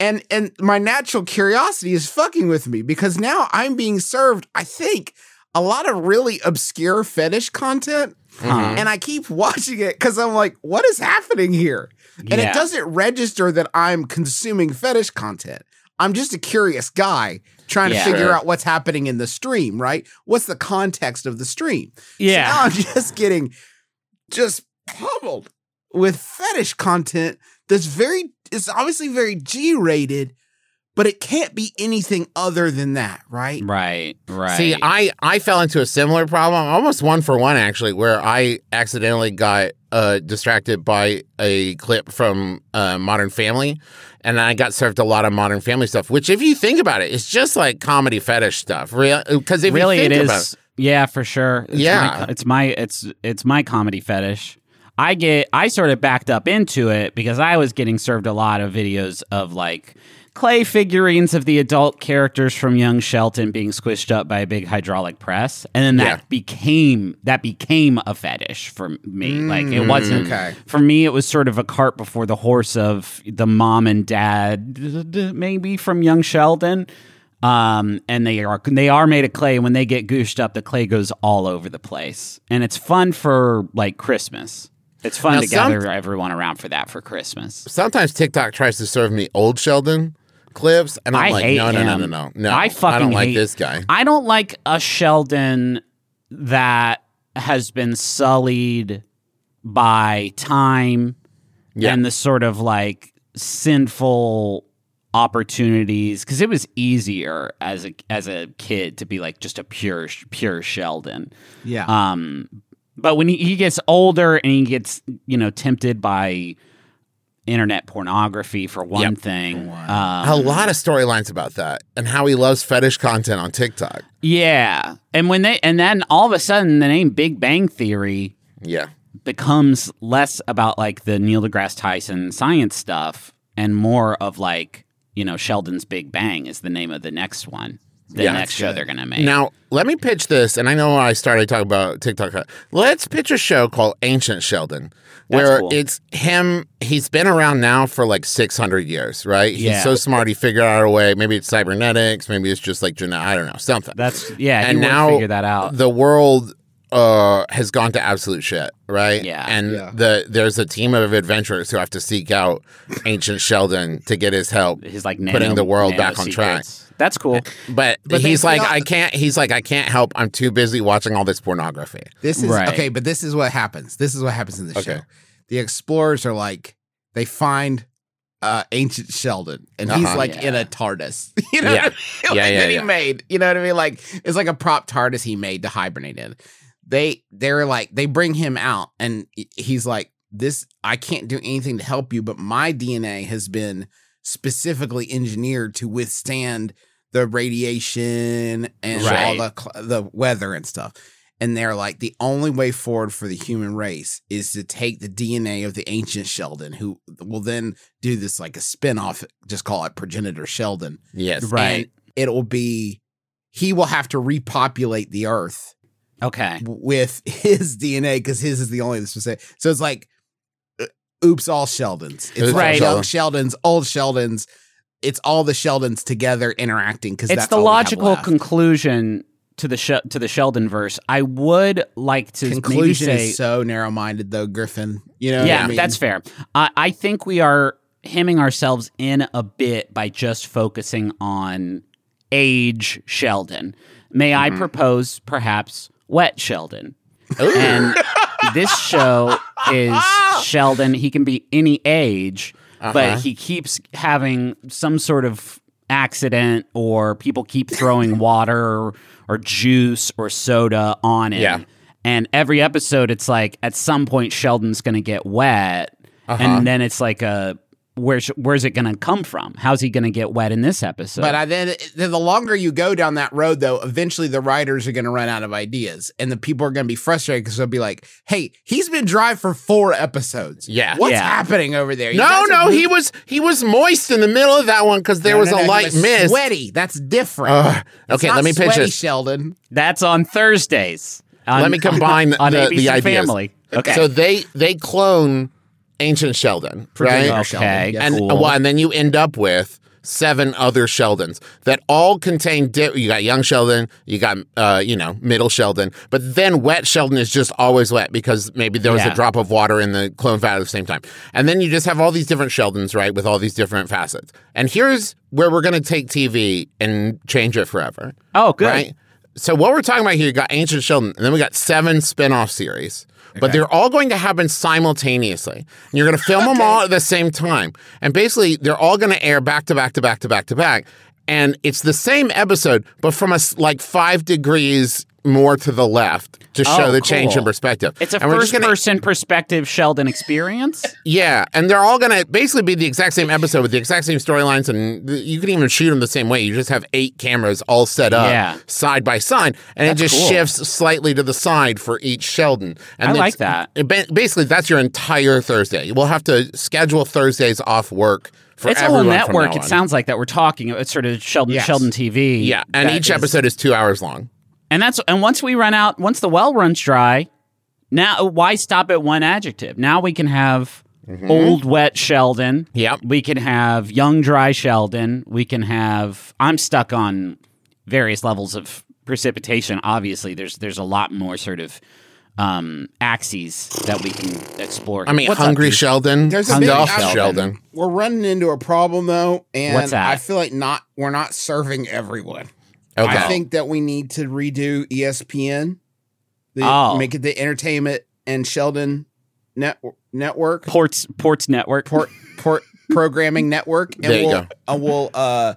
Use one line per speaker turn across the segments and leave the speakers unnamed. and and my natural curiosity is fucking with me because now I'm being served, I think, a lot of really obscure fetish content.
mm-hmm.
Huh.
And I keep watching it because I'm like, what is happening here? And
Yeah.
it doesn't register that I'm consuming fetish content. I'm just a curious guy trying
Yeah.
to figure
Sure.
out what's happening in the stream, right? What's the context of the stream?
Yeah.
So now I'm just getting just pummeled with fetish content that's very it's obviously very G rated, but it can't be anything other than that, right?
Mm, Right, right.
See, I, I fell into a similar problem, almost one for one actually, where I accidentally got uh, distracted by a clip from uh, Modern Family, and I got served a lot of Modern Family stuff. Which, if you think about it, it's just like comedy fetish stuff, real. Because if
really,
you
it
think
is.
about it,
yeah, for sure. It's
Yeah.
my, it's my it's it's my comedy fetish. I get I sort of backed up into it because I was getting served a lot of videos of like clay figurines of the adult characters from Young Shelton being squished up by a big hydraulic press, and then that
Yeah.
became that became a fetish for me. like
Mm,
it wasn't
okay.
for me. It was sort of a cart before the horse of the mom and dad, maybe from Young Sheldon. Um, and they are they are made of clay. When they get gooshed up, the clay goes all over the place, and it's fun for like Christmas. It's fun
Now,
to
some-
gather everyone around for that for Christmas.
sometimes TikTok tries to serve me old Sheldon. clips, and I'm
I
like,
hate
no, no, no,
him.
no, no, no.
I fucking
I don't like
hate-
this guy.
I don't like a Sheldon that has been sullied by time
Yeah.
and the sort of like sinful opportunities because it was easier as a as a kid to be like just a pure pure Sheldon.
Yeah.
Uh,
Um, but when he, he gets older and he gets, you know, tempted by internet pornography for one
Yep.
thing,
a
um,
lot of storylines about that and how he loves fetish content on TikTok.
yeah. And when they and then all of a sudden the name Big Bang Theory
Yeah.
becomes less about like the Neil deGrasse Tyson science stuff and more of like you know Sheldon's Big Bang is the name of the next one, the
Yeah,
next
that's
show they're gonna make.
Now, let me pitch this, and I know I started talking about TikTok. Let's pitch a show called Ancient Sheldon, where
cool.
it's him. He's been around now for like 600 years, right? He's
Yeah.
so smart, he figured out a way. Maybe it's cybernetics, maybe it's just like genetic, I don't know, something.
That's yeah. he
and
would
now
figure that out.
the world uh, has gone to absolute shit, right?
Yeah.
And
Yeah.
the there's a team of adventurers who have to seek out Ancient Sheldon to get his help.
His like
putting
nano-
the world back on
nanosecrets.
track.
That's cool.
But,
But they
he's like,
feel-
I can't. He's like, I can't help. I'm too busy watching all this pornography.
This is
Right.
okay, but this is what happens. This is what happens in the
Okay.
show. The explorers are like they find uh ancient Sheldon and he's
Uh-huh.
like in a
Yeah.
TARDIS. You know what
Yeah.
I mean?
Yeah,
Like,
yeah,
that he
yeah.
made. You know what I mean? Like it's like a prop TARDIS he made to hibernate in. They they're like they bring him out and he- he's like this I can't do anything to help you, but my DNA has been specifically engineered to withstand the radiation and all
Right.
the cl- the weather and stuff. And they're like, the only way forward for the human race is to take the DNA of the ancient Sheldon, who will then do this like a spinoff, just call it Progenitor Sheldon.
Yes.
Right.
And it will be, he will have to repopulate the earth
okay.
w- with his DNA because his is the only that's specific. So it's like, uh, oops, all Sheldons. It's
Oops,
all
right.
Sheldon.
young Sheldons, old Sheldons. It's all the Sheldons together interacting because
It's
that's
the
all we have
logical
left.
conclusion to the sh- to the Sheldon verse. I would like to maybe
conclusion
say,
is so narrow-minded though griffin you know what
yeah,
I mean?
that's fair. I, I think we are hemming ourselves in a bit by just focusing on age Sheldon. May
Mm-hmm.
I propose perhaps wet Sheldon? And this show is Sheldon. He can be any age,
Uh-huh.
but he keeps having some sort of accident or people keep throwing water or, or juice or soda on him.
Yeah.
And every episode, it's like at some point Sheldon's going to get wet,
Uh-huh.
and then it's like a where's where's it going to come from? How's he going to get wet in this episode?
but i then then the longer you go down that road though eventually the writers are going to run out of ideas and the people are going to be frustrated because they'll be like hey he's been dry for four episodes
Yeah.
what's
Yeah.
happening over there You
No,
guys are
no, he
really-
was he was moist in the middle of that one because there
No,
was
no,
a
no, he
light
was
mist.
sweaty that's different
Ugh.
It's
okay,
not
let me pitch
sweaty,
this.
sheldon
That's on Thursdays. On-
Let me combine the,
on
the
ABC
ideas.
Family. Okay.
So they they clone ancient Sheldon, right?
Progenitor Sheldon,
okay.
yes.
and
cool.
well, and then you end up with seven other Sheldons that all contain. Di- you got young Sheldon, you got uh, you know middle Sheldon, but then wet Sheldon is just always wet because maybe there was
Yeah.
a drop of water in the clone vat at the same time, and then you just have all these different Sheldons, right, with all these different facets. And here's where we're gonna take TV and change it forever.
oh, good.
Right? So what we're talking about here, you got Ancient Sheldon, and then we got seven spin-off series. But they're all going to happen simultaneously. And you're going to film them all at the same time. And basically, they're all going to air back to back to back to back to back. And it's the same episode, but from a s- like five degrees more to the left to show
Oh,
the change in
cool.
perspective.
It's a
And we're just
first
gonna-
person perspective Sheldon experience.
yeah, and they're all going to basically be the exact same episode with the exact same storylines, and th- you can even shoot them the same way. You just have eight cameras all set up
Yeah.
side by side, and it
That's
just
cool.
shifts slightly to the side for each Sheldon. And
I
it's-
like that.
it ba- basically, that's your entire Thursday. We'll have to schedule Thursdays off work for
it's a whole
everyone from
network.
now
It
on.
sounds like that we're talking. It's sort of Sheldon
Yes.
Sheldon TV.
yeah, and
that
each
is-
episode is two hours long.
And that's and once we run out, once the well runs dry, now why stop at one adjective? Now we can have old wet Sheldon.
Mm-hmm. Yep.
We can have young dry Sheldon. We can have I'm stuck on various levels of precipitation. Obviously, there's there's a lot more sort of um, axes that we can explore.
I mean,
What's up,
Hungry
dude?
Sheldon,
There's a
Stuffed
big
option.
Sheldon.
We're running into a problem though, and
What's that?
I feel like not we're not serving everyone.
Okay,
I think that we need to redo E ESPN, the,
Oh.
make it the Entertainment and Sheldon net, Network
ports ports network.
port port programming network. And
There you
we'll,
go.
And we'll uh,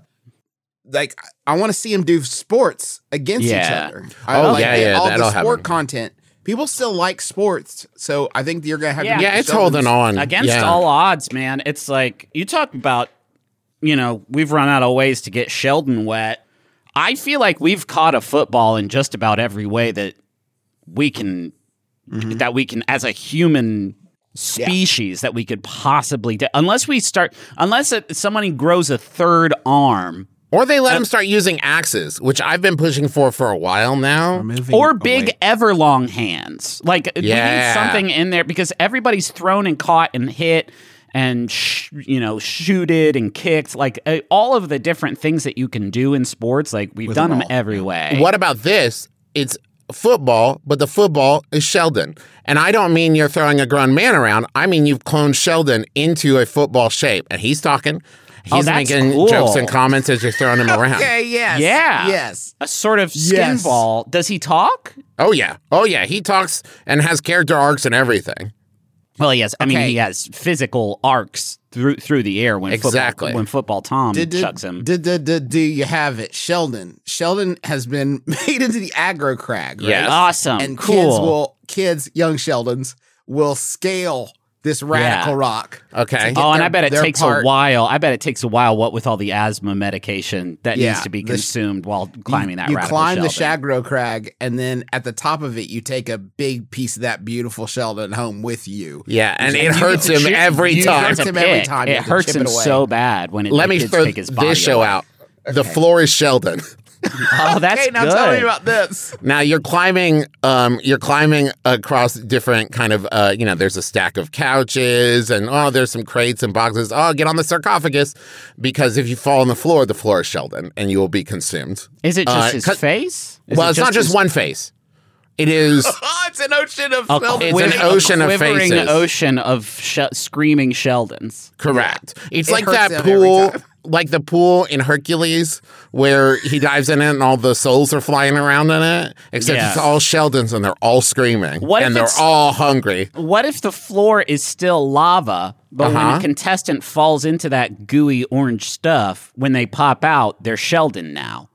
like I want to see him do sports against
Yeah.
each other. I
Oh,
like
yeah,
that-
yeah,
all
that'll
the sport
happen.
content. People still like sports, so I think you're gonna have
Yeah.
to.
yeah, it's holding on
against
Yeah.
all odds, man. It's like you talk about, you know, we've run out of ways to get Sheldon wet. I feel like we've caught a football in just about every way that we can, that we can as a human species that we could possibly do. Unless we start, unless it, somebody grows a third arm
Or they let him start using axes, which I've been pushing for for a while now.
or big everlong hands. Like we need
Yeah.
something in there because everybody's thrown and caught and hit and sh- you know shooted and kicked. Like uh, all of the different things that you can do in sports. Like we've done them, every way.
What about this? It's football, but the football is Sheldon. And I don't mean you're throwing a grown man around. I mean you've cloned Sheldon into a football shape, and he's talking.
Oh,
He's
that's
making
cool.
jokes and comments as you're throwing him around.
Okay. Yes.
Yeah.
Yes.
A sort of skin
Yes.
ball. Does he talk?
Oh yeah, oh yeah. He talks and has character arcs and everything.
Well, he has. I mean,
Okay.
he has physical arcs through through the air when
Exactly.
football, when football Tom
Did- did-
chucks him.
Did, did, did, do you have it? Sheldon. Sheldon has been made into the aggro crag. Right?
Yes.
Awesome.
And
Oh, cool.
kids will, kids, young Sheldons, will scale this radical
Yeah.
rock.
Okay.
get
Oh, and
their-
I bet it
their
takes
part.
a while. I bet it takes a while. What with all the asthma medication that
Yeah,
needs to be
the sh-
consumed while climbing that
you
radical
climb the
Sheldon.
Shagro crag, and then at the top of it, you take a big piece of that beautiful Sheldon home with you.
Yeah, and it
You-
hurts him
you-
every
you
time.
hurts him every
Pick.
time. You
It
have to
hurts
chip
him
it away.
so bad when it,
Let
the
me
kids
throw
take his body
this show
away.
out. The floor is Sheldon.
Oh, that's
Okay, now
good.
tell me about this.
Now you're climbing. Um, you're climbing across different kind of. Uh, you know, there's a stack of couches, and oh, there's some crates and boxes. Oh, get on the sarcophagus, because if you fall on the floor, the floor is Sheldon, and you will be consumed.
Is it just
Uh,
his
cut-
face? Is
well,
it
it's not just
his-
one face. It is.
Oh, it's an ocean of
A
Sheldon.
It's an
quivering-
ocean
a
of
quivering
faces.
ocean of sh- screaming Sheldons.
Correct. It's
It
like
hurts
that
them every
pool,
time.
like the pool in Hercules where he dives in it and all the souls are flying around in it. Except
Yeah.
it's all Sheldons and they're all screaming
What if
and they're
it's-
all hungry.
What if the floor is still lava, but when a
Uh-huh.
contestant falls into that gooey orange stuff, when they pop out, they're Sheldon now.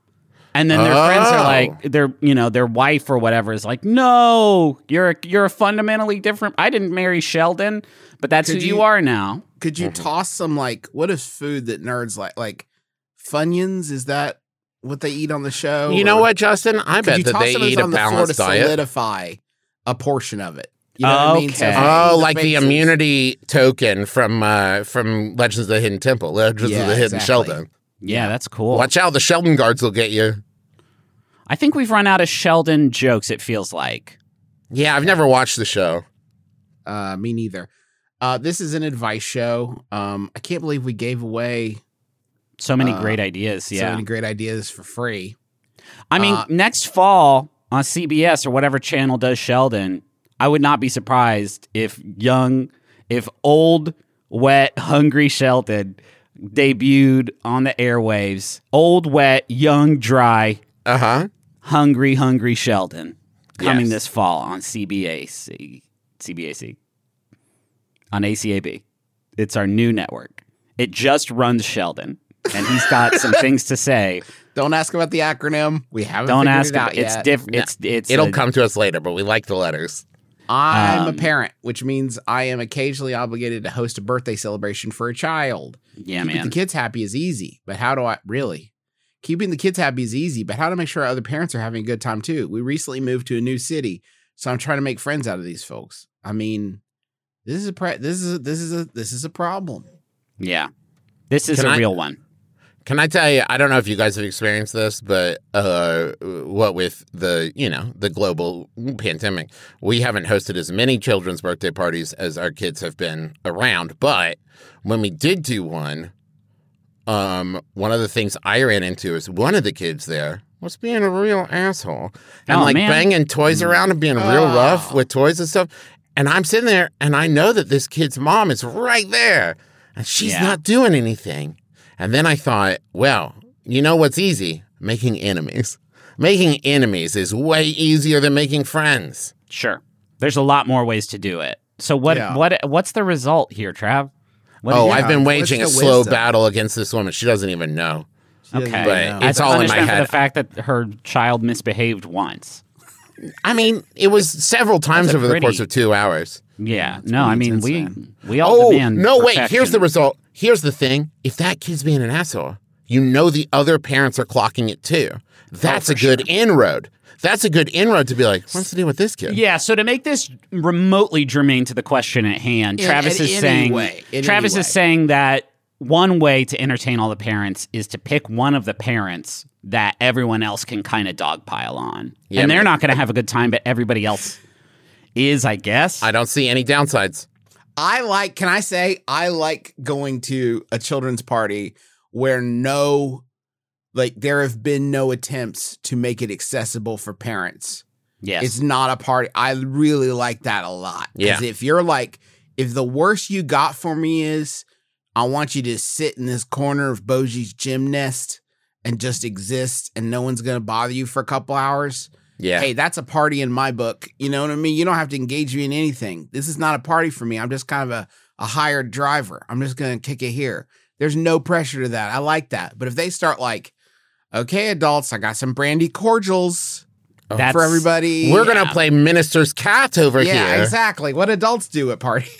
And then their friends are
Oh.
like, their you know, their wife or whatever is like, no, you're a, you're a fundamentally different. I didn't marry Sheldon, but that's
Could
who you,
you-
are now.
Could you toss some like what is food that nerds like? Like Funyuns? Is that what they eat on the show?
You know
Or
what, Justin? I
Could
bet
you
that
toss
they
some of those
eat a
on the floor to
balanced diet.
solidify a portion of it? You know what I mean? So
Okay.
if I eat
Oh, like the
faces-
immunity token from uh, from Legends of the Hidden Temple, Legends
Yeah,
of the Hidden
exactly.
Sheldon.
Yeah, that's cool.
Watch out, the Sheldon guards will get you.
I think we've run out of Sheldon jokes. It feels like.
Yeah, I've never watched the show.
Uh, me neither. Uh, this is an advice show. Um, I can't believe we gave away
So many
Uh,
great ideas. Yeah.
so many great ideas for free.
I mean,
Uh,
next fall on CBS or whatever channel does Sheldon, I would not be surprised if young, if old, wet, hungry Sheldon debuted on the airwaves. Old, wet, young, dry,
Uh huh.
hungry, hungry Sheldon coming
Yes.
this fall on CBAC, CBAC, on ACAB. It's our new network. It just runs Sheldon, and he's got some things to say.
Don't ask about the acronym. We haven't.
Don't
figured
ask.
it out
about It's
yet.
different. It's it's
It'll
a-
come to us later, but we like the letters.
I'm a
Um,
parent, which means I am occasionally obligated to host a birthday celebration for a child.
Yeah,
Keeping
man.
the kids happy is easy, but how do I really? Keeping the kids happy is easy, but how to make sure other parents are having a good time too? We recently moved to a new city, so I'm trying to make friends out of these folks. I mean, this is a pre- this is a, this is a this is a problem.
Yeah. This is
Can
a
I-
real one.
Can I tell you? I don't know if you guys have experienced this, but uh, what with the you know the global pandemic, we haven't hosted as many children's birthday parties as our kids have been around. But when we did do one, um, one of the things I ran into is one of the kids there was being a real asshole and
Oh,
like
man.
banging toys around and being real rough with toys and stuff. And I'm sitting there and I know that this kid's mom is right there and she's
Yeah.
not doing anything. And then I thought, well, you know what's easy? Making enemies. Making enemies is way easier than making friends.
Sure. There's a lot more ways to do it. So what
Yeah.
what what's the result here, Trav? What
oh,
is-
I've been
what's
waging a
the
slow
wisdom?
battle against this woman. She doesn't even know.
okay.
but
know.
it's all in my
punishment For
head.
the fact that her child misbehaved once.
I mean, it was several times
a
over the course
pretty-
of two hours.
Yeah. no, I mean
intense
we
then.
we all
Oh,
demand
no, wait. Here's the
perfection.
result. Here's the thing. If that kid's being an asshole, you know the other parents are clocking it too.
Oh,
That's a good inroad. That's a good inroad to be like, what's to do with this kid?
Yeah, so to make this remotely germane to the question at hand,
In-
Travis
in
is
any
saying
way, in
Travis
any
is
way.
saying that one way to entertain all the parents is to pick one of the parents that everyone else can kind of dogpile on.
Yeah,
and they're
man.
not going to have a good time, but everybody else is, I guess.
I don't see any downsides.
I like, can I say, I like going to a children's party where no, like, there have been no attempts to make it accessible for parents.
yes.
It's not a party. I really like that a lot. 'Cause
Yeah.
if you're like, if the worst you got for me is, I want you to sit in this corner of Boji's gym nest and just exist and no one's going to bother you for a couple hours.
Yeah.
Hey, that's a party in my book. You know what I mean? You don't have to engage me in anything. This is not a party for me. I'm just kind of a, a hired driver. I'm just going to kick it here. There's no pressure to that. I like that. But if they start like, okay, adults, I got some brandy cordials
That's,
for everybody.
We're going
Yeah.
to play Minister's Cat over
yeah,
here.
exactly. What adults do at parties.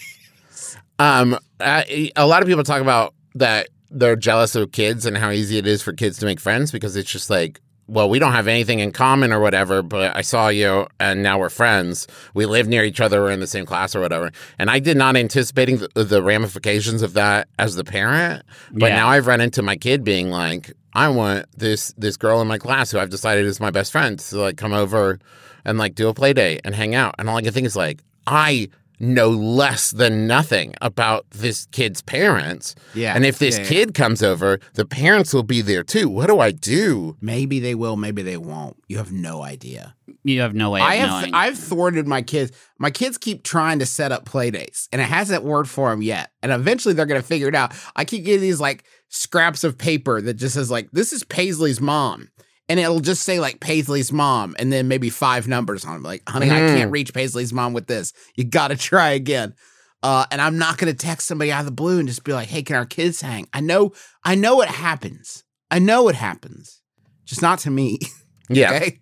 Um, I, a lot of people talk about that they're jealous of kids and how easy it is for kids to make friends because it's just like, well, we don't have anything in common or whatever, but I saw you and now we're friends. We live near each other, we're in the same class or whatever. And I did not anticipating the, the ramifications of that as the parent, but
Yeah.
now I've run into my kid being like, I want this this girl in my class who I've decided is my best friend to like come over and like do a play date and hang out. And all I can think is like, I know less than nothing about this kid's parents.
Yeah.
And if this
Yeah, yeah.
kid comes over, the parents will be there too. What do I do?
Maybe they will, maybe they won't. You have no idea.
you have no way of
I have
knowing.
I've thwarted my kids. My kids keep trying to set up play dates, and it hasn't worked for them yet. And eventually, they're going to figure it out. I keep getting these like scraps of paper that just says like, "This is Paisley's mom," and it'll just say like Paisley's mom, and then maybe five numbers on it. Like, honey, I
Mm.
can't reach Paisley's mom with this. You got to try again. Uh, and I'm not going to text somebody out of the blue and just be like, "Hey, can our kids hang?" I know, I know it happens. I know it happens. Just not to me.
Yeah.
Okay.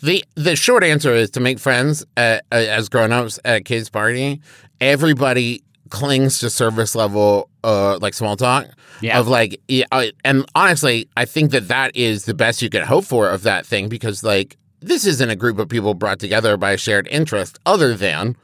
The the short answer is to make friends uh, uh, as grown-ups at a kids party. Everybody clings to service level uh like small talk
Yeah.
of like yeah, I- and honestly I think that that is the best you could hope for of that thing because like this isn't a group of people brought together by a shared interest other than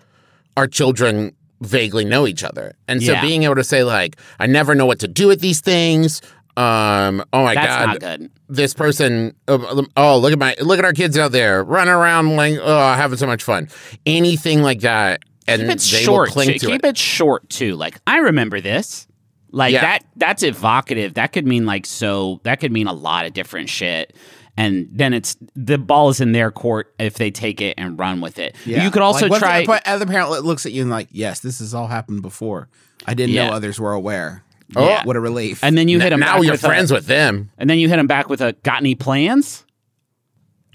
our children vaguely know each other. And so
Yeah.
being able to say like I never know what to do with these things um oh my
That's
god
not good.
this person oh, oh look at my look at our kids out there running around like oh having so much fun anything like that and
Keep it
they
short.
will cling
too.
to
Keep
it.
it. short too. Like I remember this. Like
Yeah.
that. That's evocative. That could mean like so. That could mean a lot of different shit. And then it's the ball is in their court if they take it and run with it. You could also
Like, once
try.
the pa- other parent lo- looks at you and like, yes, this has all happened before. I didn't
Yeah.
know others were aware.
Yeah.
what a relief!
and then you hit them.
now
back
you're
with uh, a-
friends with them
and then you hit them back with a got any plans.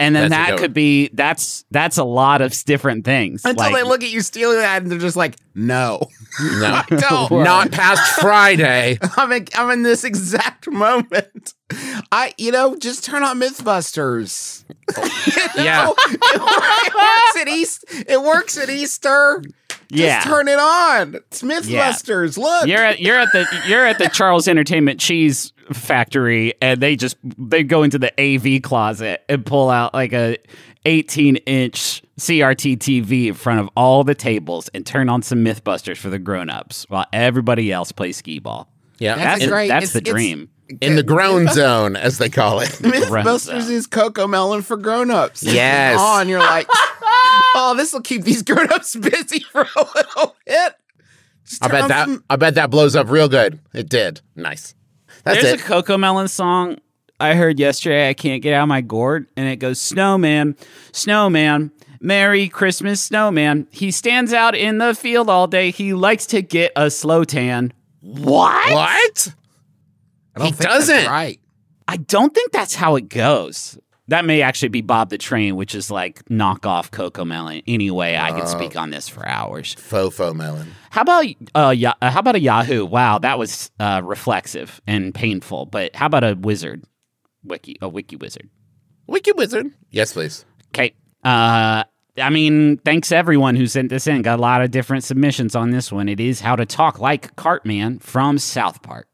And then
That's a good
that
one.
could be that's that's a lot of different things.
until
Like-
they look at you stealing that, and they're just like, no,
no
don't.
not past friday
I'm in, I'm in this exact moment. I, you know, just turn on MythBusters. Oh,
yeah
it works at East. It works at Easter. Just
yeah.
turn it on. It's MythBusters. Look,
You're at you're at the you're at the Charles Entertainment Cheese Factory, and they just they go into the AV closet and pull out like a 18 inch CRT TV in front of all the tables and turn on some MythBusters for the grown ups while everybody else plays skee ball.
yeah
That's
That's
a great-
that's
it's-
the
it's-
dream.
in the grown zone as they call it
MythBusters
zone.
is Coco Melon for grown-ups. It's
Yes.
on you're like, oh, this will keep these grown-ups busy for a little bit. Just
i
turn
bet
on
that
some-
i bet that blows up real good it did nice that's
There's
it
a Coco Melon song. I heard yesterday I can't get out of my gourd, and it goes, Snowman, Snowman, Merry Christmas, Snowman. He stands out in the field all day. He likes to get a slow tan. What?
What?
I don't
He
think that's
doesn't.
right.
I don't think that's how it goes. That may actually be Bob the Train, which is like knockoff Coco Melon. Anyway, I
Uh.
could speak on this for hours.
Fofo melon.
How about uh, ya- uh, how about a Yahoo? Wow, that was uh, reflexive and painful. But how about a wizard wiki? A wiki wizard.
Wiki wizard. Yes, please.
Okay. Uh, I mean, thanks everyone who sent this in. Got a lot of different submissions on this one. It is How to Talk Like Cartman from South Park.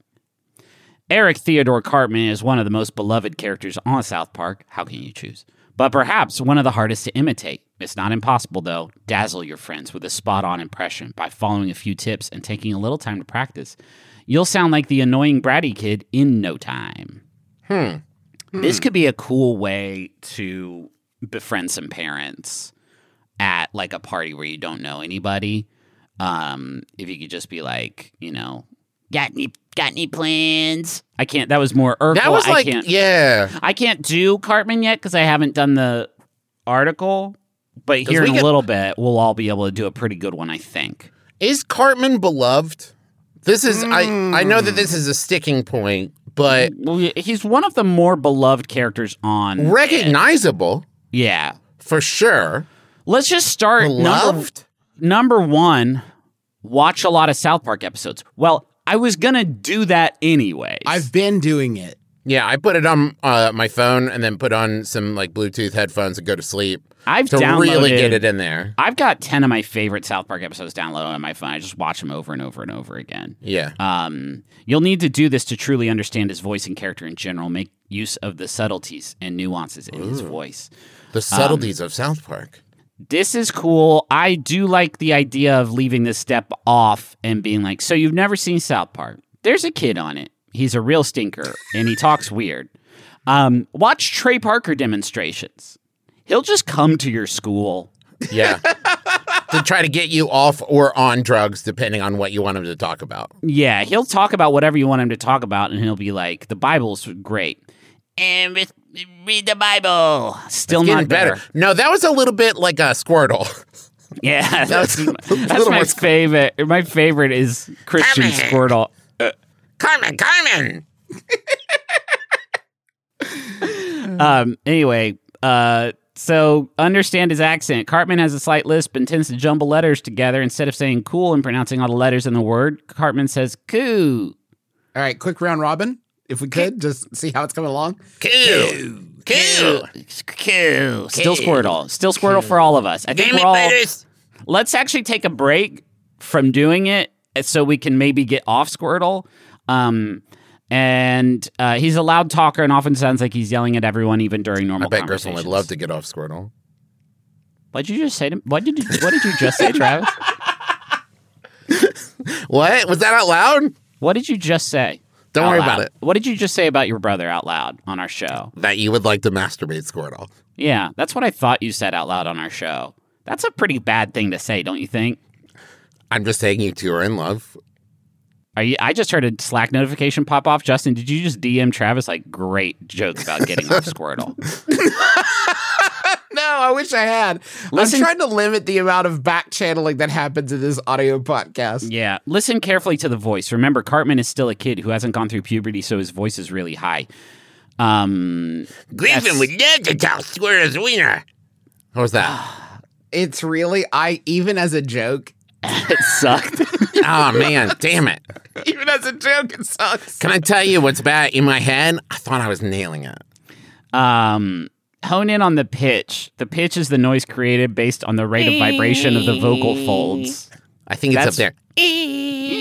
Eric Theodore Cartman is one of the most beloved characters on South Park. How can you choose? But perhaps one of the hardest to imitate. It's not impossible, though. Dazzle your friends with a spot on impression by following a few tips and taking a little time to practice. You'll sound like the annoying bratty kid in no time. Hmm. This could be a cool way to befriend some parents at like a party where you don't know anybody. Um, if you could just be like, you know, got any got any plans? I can't. That was more Urkel.
That was like,
I can't,
yeah.
I can't do Cartman yet because I haven't done the article. But here
we
in a
get-
little bit, we'll all be able to do a pretty good one, I think.
Is Cartman beloved? This is I. I know that
Hmm.
this is a sticking point, but
Well, he's one of the more beloved characters on.
recognizable
yeah.
for sure.
Let's just start. Number,
Beloved.
number one, watch a lot of South Park episodes. Well, I was gonna do that anyways.
I've been doing it.
Yeah, I put it on uh, my phone and then put on some like Bluetooth headphones and go to sleep
I've
to
downloaded.
really get it in there.
I've got ten of my favorite South Park episodes downloaded on my phone. I just watch them over and over and over again.
Yeah.
Um, you'll need to do this to truly understand his voice and character in general. Make use of the subtleties and nuances in his voice.
The
um,
subtleties of South Park.
This is cool. I do like the idea of leaving this step off and being like, so you've never seen South Park. There's a kid on it. He's a real stinker and he talks weird. Um, watch Trey Parker demonstrations. He'll just come to your school.
Yeah. to try to get you off or on drugs, depending on what you want them to talk about.
Yeah, he'll talk about whatever you want him to talk about, and he'll be like, "The Bible's great," and re- read the Bible. Still
Getting
not better.
No, that was a little bit like a Squirtle.
Yeah, that's,
was a
that's
little
my
more-
favorite. My favorite is Christian
Come here.
Squirtle.
Carmen, Carmen.
Um, anyway, uh, so understand his accent. Cartman has a slight lisp and tends to jumble letters together. Instead of saying cool and pronouncing all the letters in the word, Cartman says coo.
All right, quick round robin, if we could, just see how it's coming along.
Cool. Cool.
Coo. Still Squirtle. Still Squirtle for all of us. I think we're all. Let's actually take a break from doing it so we can maybe get off Squirtle. Um, and uh, he's a loud talker and often sounds like he's yelling at everyone, even during normal
I bet Griffin would
conversations.
love to get off Squirtle.
What'd you just say? To, what did you? What did you just say, Travis?
What? Was that out loud?
What did you just say?
Don't
out
worry
loud?
about it.
What did you just say about your brother out loud on our show?
That you would like to masturbate Squirtle.
Yeah, that's what I thought you said out loud on our show. That's a pretty bad thing to say, don't you think?
I'm just saying you two are in love.
Are you, I just heard a Slack notification pop off. Justin, did you just DM Travis like great joke about getting off Squirtle?
No, I wish I had.
Listen-
I'm trying to limit the amount of back channeling that happens in this audio podcast.
Yeah. Listen carefully to the voice. Remember, Cartman is still a kid who hasn't gone through puberty, so his voice is really high. Um,
Griffin
would
love to talk Squirtle's wiener. What was that?
It's really I even as a joke,
it sucked.
oh, man. Damn it.
even as a joke, it sucks.
Can I tell you what's bad in my head? I thought I was nailing it.
Um, hone in on the pitch. The pitch is the noise created based on the rate of vibration of the vocal folds.
I think it's
That's-
up there.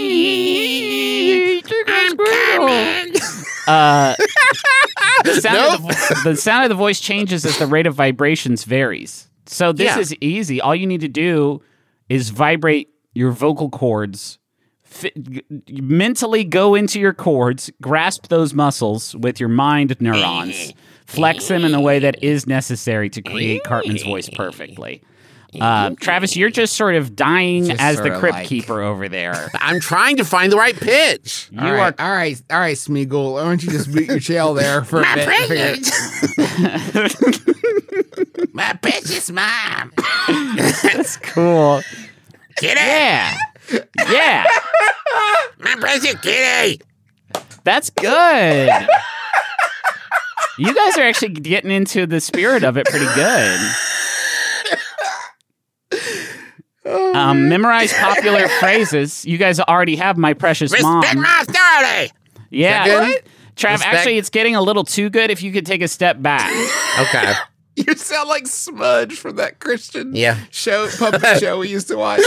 Uh, the, sound of the, the sound of the voice changes as the rate of vibrations varies. So this
Yeah.
is easy. All you need to do is vibrate your vocal cords. Fi- g- mentally go into your cords, grasp those muscles with your mind neurons, flex them in the way that is necessary to create Cartman's voice perfectly. Uh, Travis, you're just sort of dying
Just
as the
sorta
crypt
like-
keeper over there.
I'm trying to find the right pitch.
all right, all right, all right, Smeagol. Why don't you just mute your shell there for a bit?
My pitch is mine.
cool.
Kitty.
Yeah. Yeah.
My pitch is kitty.
That's good. You guys are actually getting into the spirit of it pretty good. Um, memorize popular phrases. You guys already have my precious mom.
Respect my authority.
yeah.
Is that good?
What? Trav,
Respect-
actually, it's getting a little too good. If you could take a step back,
Okay.
You sound like Smudge from that Christian
Yeah.
show puppet show we used to watch.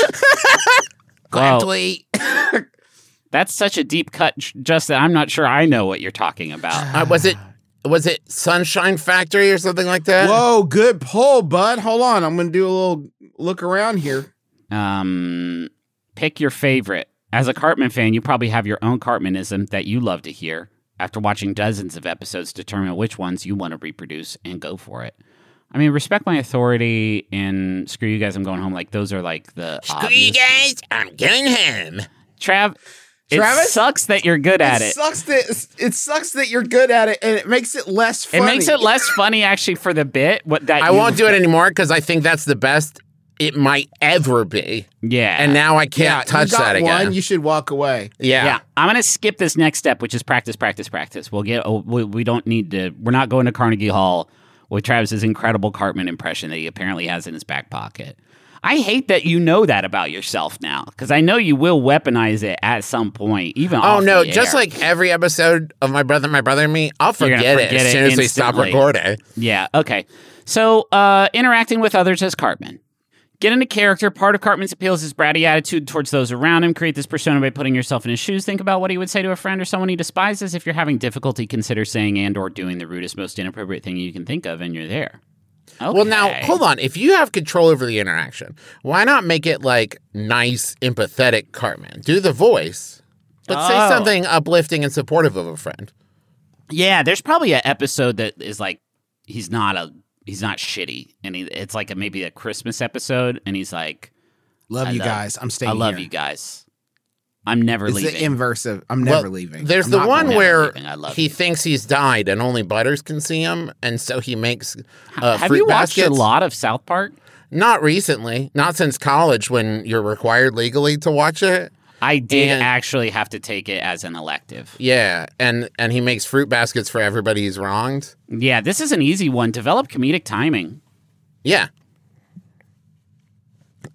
Wow.
Tweet.
that's such a deep cut, j- just that I'm not sure I know what you're talking about.
Uh, was it was it Sunshine Factory or something like that?
Whoa, good pull, bud. Hold on, I'm gonna do a little look around here.
Um, pick your favorite. As a Cartman fan, you probably have your own Cartmanism that you love to hear. After watching dozens of episodes, determine which ones you want to reproduce and go for it. I mean, respect my authority and screw you guys. I'm going home. Like those are like the
Screw
obvious-
you guys. I'm getting him.
Trav. It
Travis?
sucks that you're good at it.
sucks that it sucks that you're good at it, and it makes it less.
It
Funny.
makes it less funny actually for the bit. What that
I
you-
won't do it anymore because I think that's the best it might ever be.
Yeah,
And now I can't
you
touch
got
that again.
One, you should walk away.
yeah.
Yeah, I'm gonna skip this next step, which is practice, practice, practice. We'll get. Oh, we, we don't need to. We're not going to Carnegie Hall with Travis's incredible Cartman impression that he apparently has in his back pocket. I hate that you know that about yourself now, because I know you will weaponize it at some point. Even
Oh
off
no!
the
Just
air.
like every episode of My Brother, My Brother and Me, I'll
You're
forget,
gonna
it as
forget it
soon as we stop
instantly.
recording.
Yeah. Okay. So uh, interacting with others as Cartman. Get into character. Part of Cartman's appeal is his bratty attitude towards those around him. Create this persona by putting yourself in his shoes. Think about what he would say to a friend or someone he despises. If you're having difficulty, consider saying and or doing the rudest, most inappropriate thing you can think of, and you're there. Okay.
Well, now hold on. If you have control over the interaction, why not make it like nice, empathetic Cartman? Do the voice, but
Oh.
say something uplifting and supportive of a friend.
Yeah, there's probably an episode that is like he's not a he's not shitty, and he, it's like a, maybe a Christmas episode, and he's like,
Love
I
you
love-
guys. I'm staying.
"I love
here.
you guys. I'm never
It's
leaving."
the inverse of I'm never
Well,
leaving.
There's
I'm
the
not
one
going.
where
leaving. I love
he
you.
thinks he's died and only Butters can see him, and so he makes uh,
Have
fruit
you watched
baskets.
a lot of South Park?
Not recently, not since college when you're required legally to watch it.
I did
And-
actually have to take it as an elective.
Yeah, and and he makes fruit baskets for everybody he's wronged.
Yeah, this is an easy one. Develop comedic timing.
Yeah.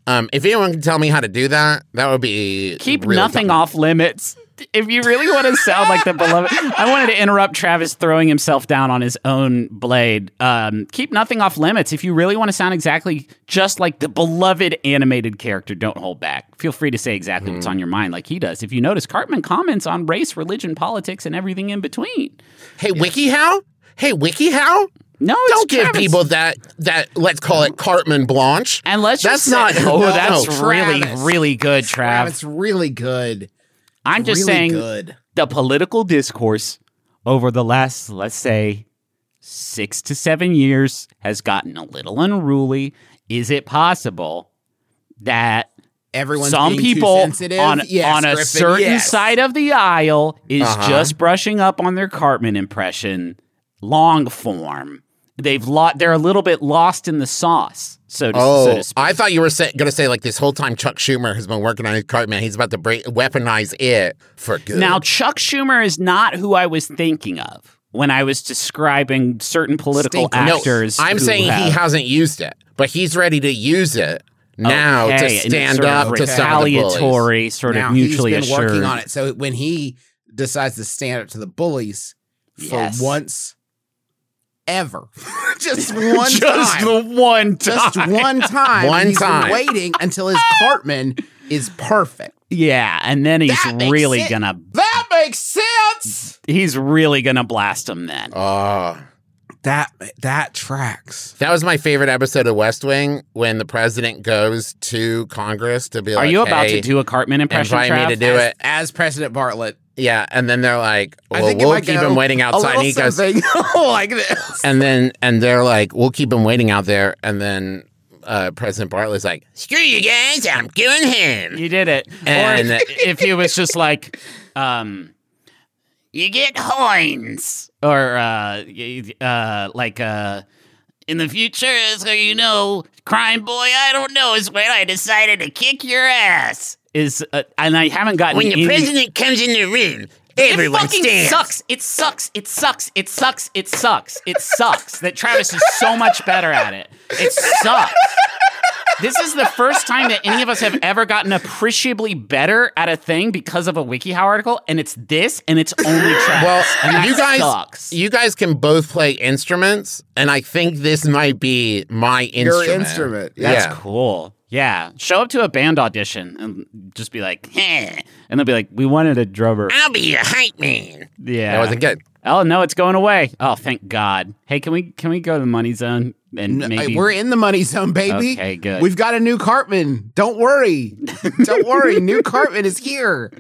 Um, if anyone can tell me how to do that, that would be
Keep
really
nothing
fun.
off limits. If you really want to sound like the beloved, I wanted to interrupt Travis throwing himself down on his own blade. Um, keep nothing off limits. If you really want to sound exactly just like the beloved animated character, don't hold back. Feel free to say exactly
Hmm.
what's on your mind, like he does. If you notice, Cartman comments on race, religion, politics, and everything in between.
Hey, WikiHow. Hey, WikiHow.
No, it's
Don't give
Travis.
people that that let's call it Cartman Blanche.
Unless
That's
you say,
not-
Oh,
no,
that's really,
Travis.
really good, Trav.
It's really good.
I'm just
really
saying
good.
the political discourse over the last, let's say, six to seven years has gotten a little unruly. Is it possible that
Everyone's
some
being too
people
sensitive.
on,
Yes,
on a
Griffin,
certain
yes.
side of the aisle is
Uh-huh.
just brushing up on their Cartman impression, long form? They've lo- they're a little bit lost in the sauce, so to, so
Oh,
to speak.
I thought you were say, gonna say like this whole time Chuck Schumer has been working on his Cartman. He's about to break, weaponize it for good.
Now, Chuck Schumer is not who I was thinking of when I was describing certain political
Stinker.
No,
actors.
I'm
who
saying
have-
he hasn't used it, but he's ready to use it now
Okay,
to
and it's
stand
sort of
up to some of the bullies.
retaliatory, sort of
now
mutually
he's been
assured.
working on it. So when he decides to stand up to the bullies for
Yes.
once ever, just one
Just
time,
the one time.
just one time,
One
he's been
time.
waiting until his Cartman is perfect.
yeah, and then he's
That makes
really
sense.
gonna
That makes sense.
he's really gonna blast him then.
Oh,
That that tracks.
that was my favorite episode of West Wing when the president goes to Congress to be
Are
like,
you about
"Hey,
to do a Cartman impression?
invite me
Trav?
to do it.
as President Bartlett.
Yeah, and then they're like,
I
"Well,
think it
we'll
might
keep
go
him waiting outside."
a
And he
little
goes,
something like this.
and then and they're like, "We'll keep him waiting out there." And then uh, President Bartlett's like, "Screw you guys, I'm going home."
You did it.
And- uh,
or if, if he was just like, um, you get horns, or uh, y- uh, like uh, in the future, so you know, crime boy, I don't know, is when I decided to kick your ass. Is uh, and I haven't gotten
When the
any-
president comes in the room, everyone
it fucking
stands.
sucks. It sucks. It sucks. It sucks. It sucks. It sucks that Travis is so much better at it. It sucks. This is the first time that any of us have ever gotten appreciably better at a thing because of a WikiHow article, and it's this, and it's only Travis.
Well,
and that
you guys,
sucks.
you guys can both play instruments, and I think this might be my
Your
instrument.
instrument. Yeah.
That's
yeah.
cool. Yeah, show up to a band audition and just be like, "Heh," and they'll be like, "We wanted a drummer."
I'll be your hype man.
Yeah,
Ah. That wasn't good.
Oh no, it's going away. Oh, thank God. Hey, can we can we go to the money zone and
uh,
No,
maybe
We're in the money zone, baby.
Okay, good.
We've got a new Cartman. Don't worry. Don't worry. new Cartman is here.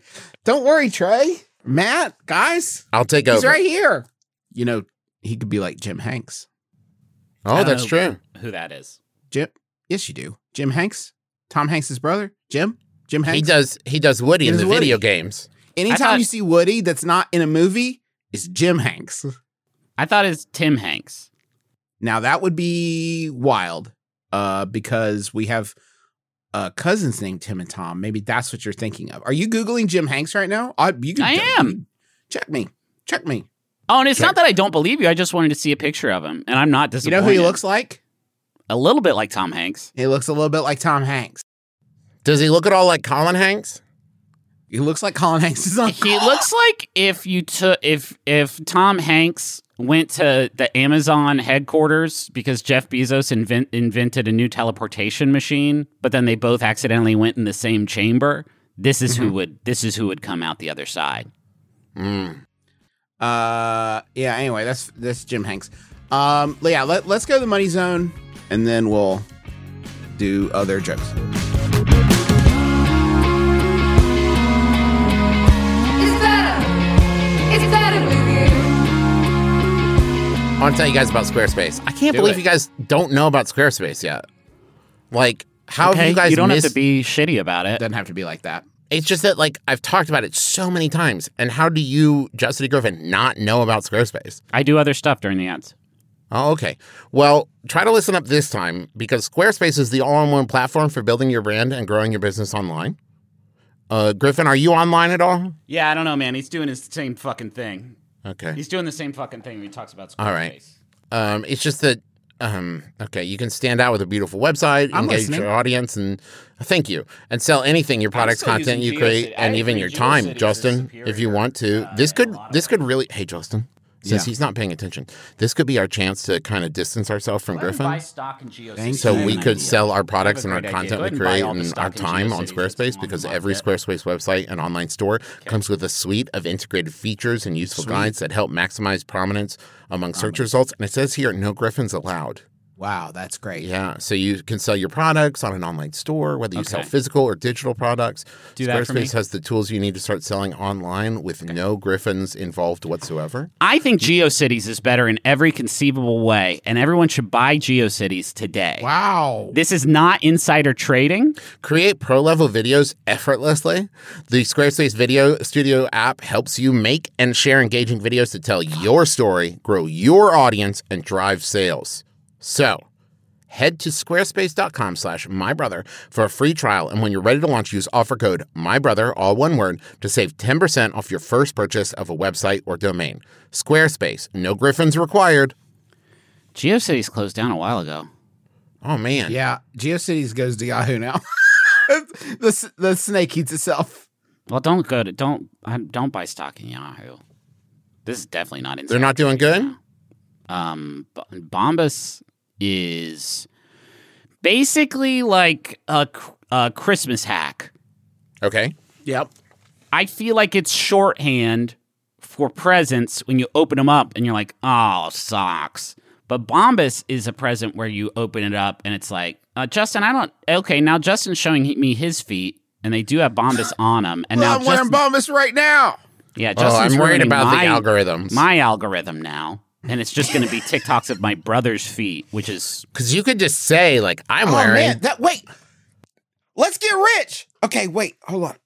Don't worry, Trey. Matt, guys,
I'll take
he's
over.
right here. You know, he could be like Jim Hanks.
Oh, that's
Oh.
true.
who that is?
Jim? Yes, you do. Jim Hanks? Tom Hanks' brother? Jim? Jim
He
Hanks?
does. He does Woody
He
in
does
the
Woody.
video games.
Anytime
I thought-
you see Woody that's not in a movie, it's Jim Hanks.
I thought it's Tim Hanks.
Now that would be wild, uh, because we have uh, cousins named Tim and Tom. Maybe that's what you're thinking of. Are you googling Jim Hanks right now? I, you can
I am.
Check me. Check me.
Oh, and it's not that I don't believe you. I just wanted to see a picture of him, and I'm not
You
disappointed.
know who he looks like?
a little bit like Tom Hanks.
He looks a little bit like Tom Hanks.
Does he look at all like Colin Hanks?
He looks like Colin Hanks' Uh, uncle.
He looks like if you took if if Tom Hanks went to the Amazon headquarters because Jeff Bezos invent, invented a new teleportation machine, but then they both accidentally went in the same chamber. This is
Mm-hmm.
who would this is who would come out the other side.
Mm.
Uh, yeah. Anyway, that's that's Jim Hanks. Um, yeah. Let, let's go to the money zone, and then we'll do other jokes.
It's better. It's better with you.
I want to tell you guys about Squarespace. I can't
Do
believe
it.
you guys don't know about Squarespace yet. Like,
Oh,
how have you guys
don't
missed?
have to be shitty about it.
Doesn't have to be like that.
It's just that like I've talked about it so many times. And how do you, Justin Griffin, not know about Squarespace?
I do other stuff during the ads.
Oh, okay. Well, try to listen up this time because Squarespace is the all-in-one platform for building your brand and growing your business online. Uh, Griffin, are you online at all?
Yeah, I don't know, man. He's doing his same fucking thing.
Okay.
He's doing the same fucking thing when he talks about Squarespace.
All right. Um, it's just that um, okay, you can stand out with a beautiful website,
I'm
engage
listening.
your audience, and thank you, and sell anything your products,
still
content
using
you create,
GeoCity. I
and even
agree,
your
GeoCities
time,
is
Justin,
superior, uh,
if you want to. this could this could really. Hey, Justin. Since
Yeah.
he's not paying attention, this could be our chance to kind of distance ourselves from
Buy
Griffin,
stock in GeoCities.
Thank
so
you.
we
An
could
idea.
sell our products
a
and our
great idea.
content
Go ahead
we
and buy
create
all the
and
stock
our
in
time on
GeoCities that's
Squarespace
on
because
the
every
market.
Squarespace website and online store comes with a suite of integrated features and useful guides that help maximize prominence among search results. And it says here, no Griffins allowed.
Wow, that's great.
Yeah, so you can sell your products on an online store, whether you sell
Okay.
physical or digital products.
Do that for me.
Squarespace has the tools you need to start selling online with no griffins involved whatsoever.
I think GeoCities is better in every conceivable way, and everyone should buy GeoCities today.
Wow.
This is not insider trading.
Create pro level videos effortlessly. The Squarespace Video Studio app helps you make and share engaging videos to tell your story, grow your audience, and drive sales. So, head to squarespace.com slash my brother for a free trial and when you're ready to launch use offer code my brother all one word to save 10% off your first purchase of a website or domain squarespace no griffins required
GeoCities closed down a while ago.
oh man
Yeah, GeoCities goes to Yahoo now. the s- the snake eats itself.
Well, don't go to don't I- don't buy stock in Yahoo. This is definitely not insider.
they're not doing good
um B- Bombas is basically like a, cr- a Christmas hack.
okay
Yep.
I feel like it's shorthand for presents when you open them up and you're like, oh, socks. But Bombas is a present where you open it up and it's like, uh, Justin, I don't. Okay, now Justin's showing he- me his feet and they do have Bombas on them. And
Well,
now
I'm wearing
Justin-
Bombas right now.
yeah,
oh
Justin's
i'm worried
ruining
about
my-
the algorithms
My algorithm now. and it's just going to be TikToks of my brother's feet, which is
Because you could just say, like, I'm
Oh
wearing.
man, that wait. Let's get rich. Okay, wait, hold on.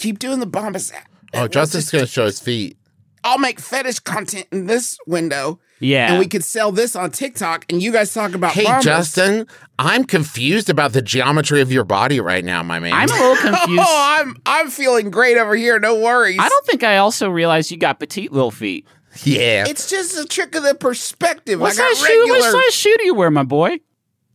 Keep doing the bombas.
oh, Justin's going to show his feet.
I'll make fetish content in this window,
yeah.
and we could sell this on TikTok. And you guys talk about
Hey,
Bombas.
Justin, I'm confused about the geometry of your body right now, my man.
I'm a little confused.
Oh, I'm I'm feeling great over here. No worries.
I don't think I also realized you got petite little feet.
yeah.
It's just a trick of the perspective.
What
I got
size shoe? What
regular.
size shoe do you wear, my boy?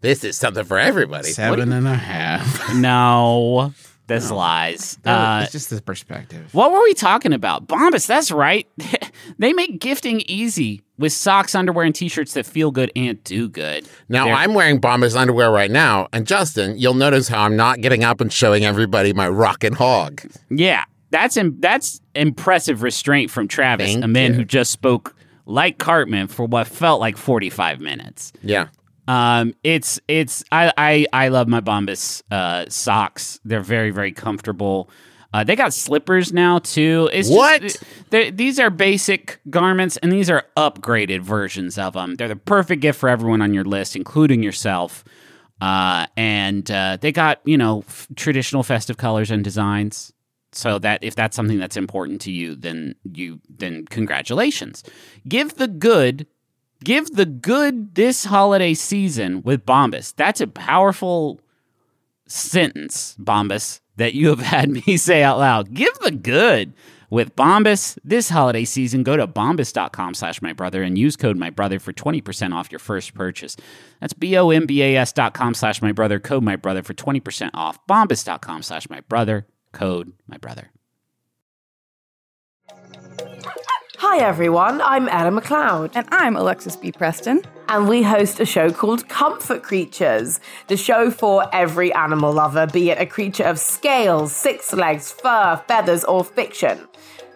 This is something for everybody.
Seven and a half.
No, that's lies. Uh,
it's just the perspective.
what were we talking about? Bombas. That's right. they make gifting easy with socks, underwear, and t-shirts that feel good and do good.
Now,
They're-
I'm wearing Bombas underwear right now. And Justin, you'll notice how I'm not getting up and showing everybody my rockin' hog.
Yeah, that's Im- that's impressive restraint from Travis,
Thank
a man
you.
who just spoke like Cartman for what felt like forty-five minutes.
Yeah.
Um, it's it's I I I love my Bombas uh, socks. They're very very comfortable. Uh, they got slippers now too. It's
What?
Just, they're- these are basic garments, and these are upgraded versions of them. They're the perfect gift for everyone on your list, including yourself. Uh, and uh, they got you know f- traditional festive colors and designs. So that if that's something that's important to you, then you then congratulations. Give the good Give the good this holiday season with Bombas. That's a powerful sentence, Bombas, that you have had me say out loud. Give the good with Bombas this holiday season. Go to bombas.com slash my brother and use code my brother for 20% off your first purchase. That's B O M B A S dot com slash my brother, code my brother for 20% off. Bombas.com slash my brother, code my brother.
Hi everyone, I'm Ella McLeod.
And I'm Alexis B. Preston.
and we host a show called Comfort Creatures, the show for every animal lover, be it a creature of scales, six legs, fur, feathers, or fiction.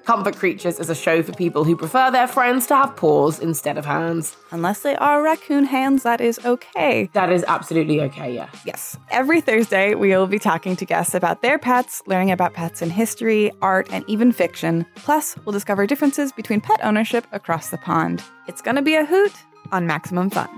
Comfort Creatures is a show for people who prefer their friends to have paws instead of hands.
Unless they are raccoon hands, that is okay.
That is absolutely okay, yeah.
Yes. Every Thursday, we will be talking to guests about their pets, learning about pets in history, art, and even fiction. Plus, we'll discover differences between pet ownership across the pond. It's going to be a hoot on Maximum Fun.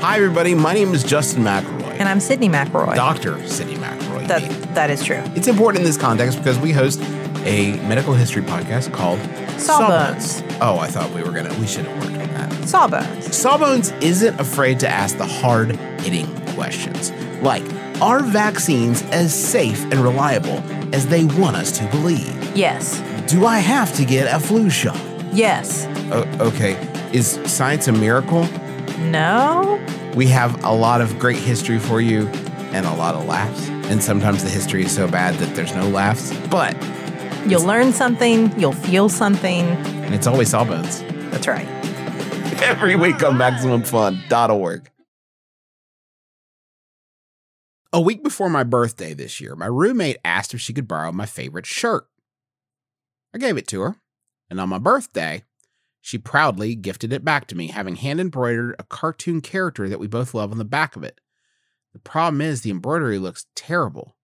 Hi, everybody. My name is Justin McElroy.
And I'm Sydney McRoy.
Dr. Sidney McElroy.
that, that is true.
It's important in this context because we host a medical history podcast called
Sawbones.
Oh, I thought we were going to, we should have worked on that.
Sawbones.
Sawbones isn't afraid to ask the hard hitting questions like Are vaccines as safe and reliable as they want us to believe?
Yes.
Do I have to get a flu shot?
Yes.
O- okay, is science a miracle?
No.
We have a lot of great history for you and a lot of laughs. And sometimes the history is so bad that there's no laughs, but
You'll learn something. You'll feel something.
and it's always Sawbones.
That's right.
Every week on MaximumFun.org. A week before my birthday this year, my roommate asked if she could borrow my favorite shirt. I gave it to her, and on my birthday, she proudly gifted it back to me, having hand embroidered a cartoon character that we both love on the back of it. The problem is, the embroidery looks terrible.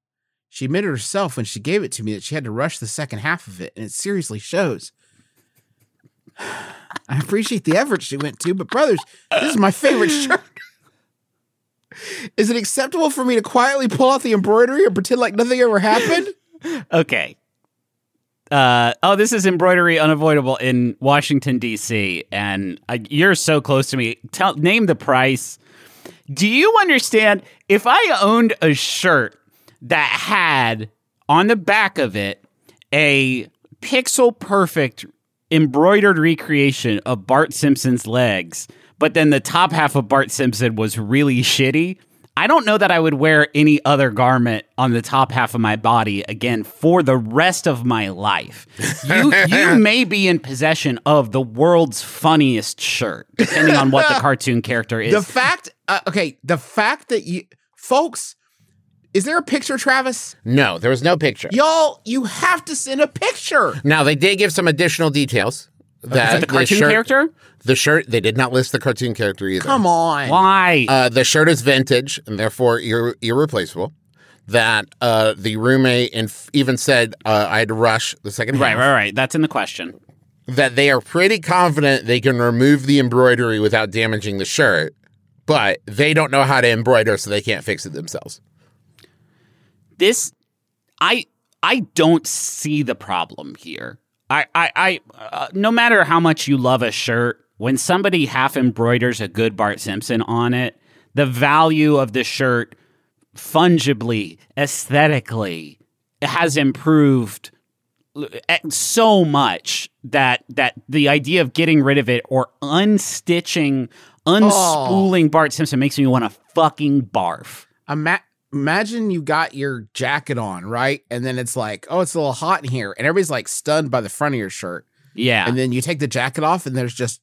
She admitted herself when she gave it to me that she had to rush the second half of it, and it seriously shows. I appreciate the effort she went to, but brothers, this is my favorite shirt. Is it acceptable for me to quietly pull out the embroidery and pretend like nothing ever happened?
Okay. Uh, oh, this is embroidery unavoidable in Washington D.C. And uh, you're so close to me. Tell name the price. Do you understand? If I owned a shirt that had on the back of it a pixel perfect embroidered recreation of Bart Simpson's legs, but then the top half of Bart Simpson was really shitty. I don't know that I would wear any other garment on the top half of my body again for the rest of my life. You, you may be in possession of the world's funniest shirt, depending on what the cartoon character is.
The fact, uh, okay, the fact that you, folks, is there a picture, Travis?
No, there was no picture.
Y'all, you have to send a picture.
Now, they did give some additional details. That
Uh, the cartoon
shirt-
character?
The shirt, they did not list the cartoon character either.
Come on.
Why?
Uh, the shirt is vintage and therefore ir- irreplaceable. that uh, the roommate and f- even said uh, I had to rush the second
Right,
half,
right, right. That's in the question.
that they are pretty confident they can remove the embroidery without damaging the shirt, but they don't know how to embroider, so they can't fix it themselves.
This, I, I don't see the problem here. I, I, I uh, no matter how much you love a shirt, when somebody half embroiders a good Bart Simpson on it, the value of the shirt fungibly, aesthetically, has improved at- so much that that the idea of getting rid of it or unstitching, unspooling Bart Simpson makes me want to fucking barf.
Ima- imagine you got your jacket on, right? And then it's like, oh, it's a little hot in here. And everybody's like stunned by the front of your shirt.
Yeah,
And then you take the jacket off and there's just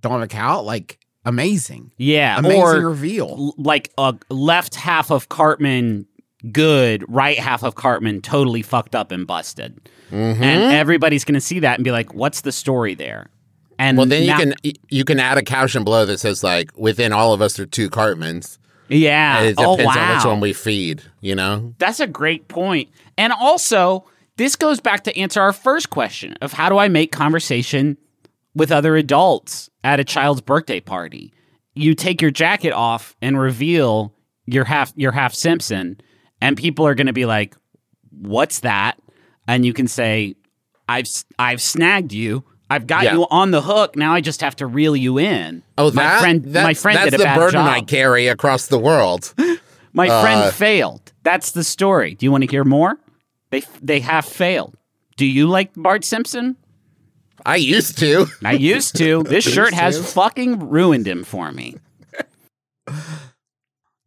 Donna Cow. Like, amazing.
yeah,
Amazing
or
reveal.
l- like a left half of Cartman good, right half of Cartman totally fucked up and busted,
Mm-hmm.
and everybody's gonna see that and be like, "What's the story there?" And
Well, then you
now-
can y- you can add a caption below that says like, "Within all of us are two Cartmans."
yeah,
And it
oh
depends
wow,
on which one we feed. You know,
That's a great point. And also, this goes back to answer our first question of how do I make conversation with other adults at a child's birthday party? You take your jacket off and reveal your half your half Simpson, and people are going to be like, "What's that?" And you can say, "I've s- I've snagged you. I've got
Yeah.
you on the hook. Now I just have to reel you in."
Oh,
my
that,
friend,
that-
my friend
that's
did a
the
bad
burden
job.
I carry across the world.
My
Uh,
friend failed. That's the story. Do you want to hear more? They they have failed. Do you like Bart Simpson?
I used to.
I used to. This shirt has fucking ruined him for me.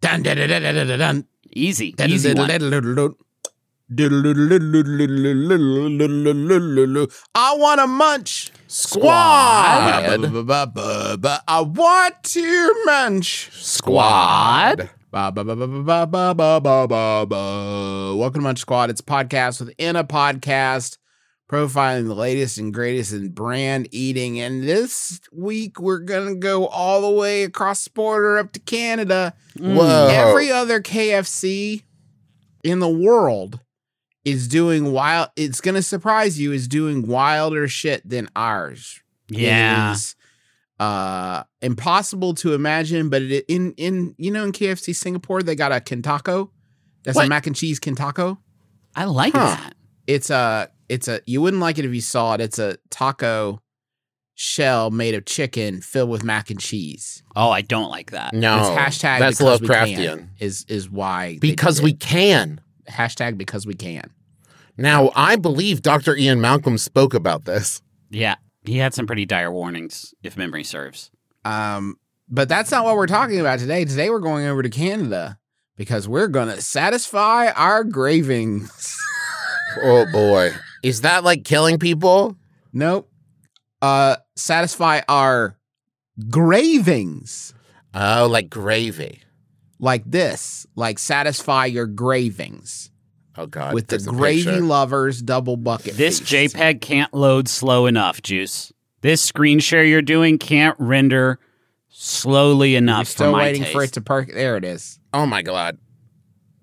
Dun, dun, dun, dun, dun, dun, dun.
Easy, easy one.
I want to munch.
Squad.
Ba-ba-ba-ba-ba-ba. I want to munch.
Squad.
Ba-ba-ba-ba-ba-ba-ba-ba. Welcome to Munch Squad. It's a podcast within a podcast profiling the latest and greatest in brand eating. And this week, we're going to go all the way across the border up to Canada.
Mm. Oh.
Whoa.
Every other KFC in the world is doing wild. It's gonna surprise you. Is doing wilder shit than ours. It
Yeah.
is, uh, impossible to imagine. But it, in in you know in KFC Singapore they got a kentako. That's a
What?
mac and cheese kentako.
I like
Huh.
that.
It's a it's a you wouldn't like it if you saw it. It's a taco shell made of chicken filled with mac and cheese.
Oh, I don't like that.
No.
it's hashtag
Oh, that's
because we can
Lovecraftian.
is is why they
Because
did
we
it.
can.
hashtag because we can.
Now, I believe Dr. Ian Malcolm spoke about this.
Yeah. He had some pretty dire warnings, if memory serves.
Um, but that's not what we're talking about today. Today we're going over to Canada because we're gonna satisfy our cravings.
Oh, boy. Is that like killing people?
nope. Uh, satisfy our gravings
Oh, like gravy.
like this, like satisfy your gravings
Oh, God.
with the
there's a
gravy
picture.
lovers double bucket.
This
feast.
JPEG can't load slow enough, Juice. This screen share you're doing can't render slowly
We're
enough for
still
my
waiting
taste.
for it to perk. There it is.
Oh, my God.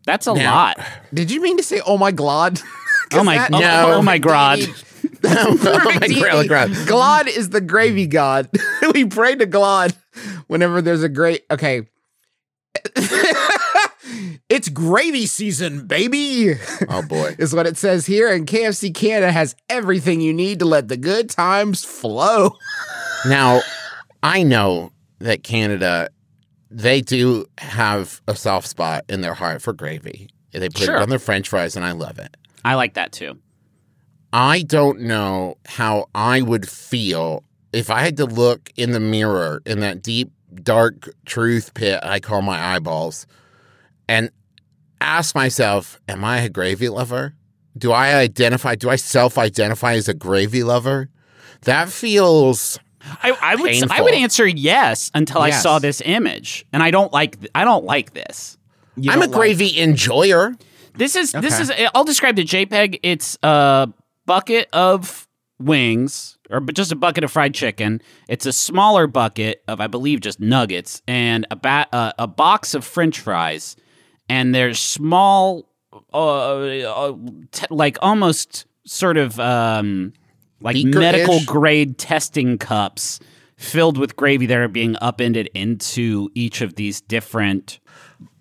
That's a
Now-
lot.
Did you mean to say, "Oh my god"?
Oh my
that-
no.
No.
Oh my god.
oh, my
Perfect
God.
eating. God is the gravy god. we pray to God whenever there's a great. Okay. it's gravy season, baby,
Oh, boy.
is what it says here. And KFC Canada has everything you need to let the good times flow.
Now, I know that Canada, they do have a soft spot in their heart for gravy. They put
Sure.
it on their French fries, and I love it.
I like that too.
I don't know how I would feel if I had to look in the mirror in that deep, dark truth pit I call my eyeballs and ask myself, Am I a gravy lover? Do I identify? Do I self identify as a gravy lover? That feels
I, I would s- I
Painful.
would answer yes until I
Yes.
saw this image, and I don't like th- I don't like this.
I'm a gravy enjoyer.
This is this is I'll describe the JPEG. It's a bucket of wings, or but just a bucket of fried chicken. It's a smaller bucket of I believe just nuggets and a ba- uh, a box of French fries, and there's small uh, uh, t- like almost sort of um, like
Beaker-ish?
medical grade testing cups filled with gravy that are being upended into each of these different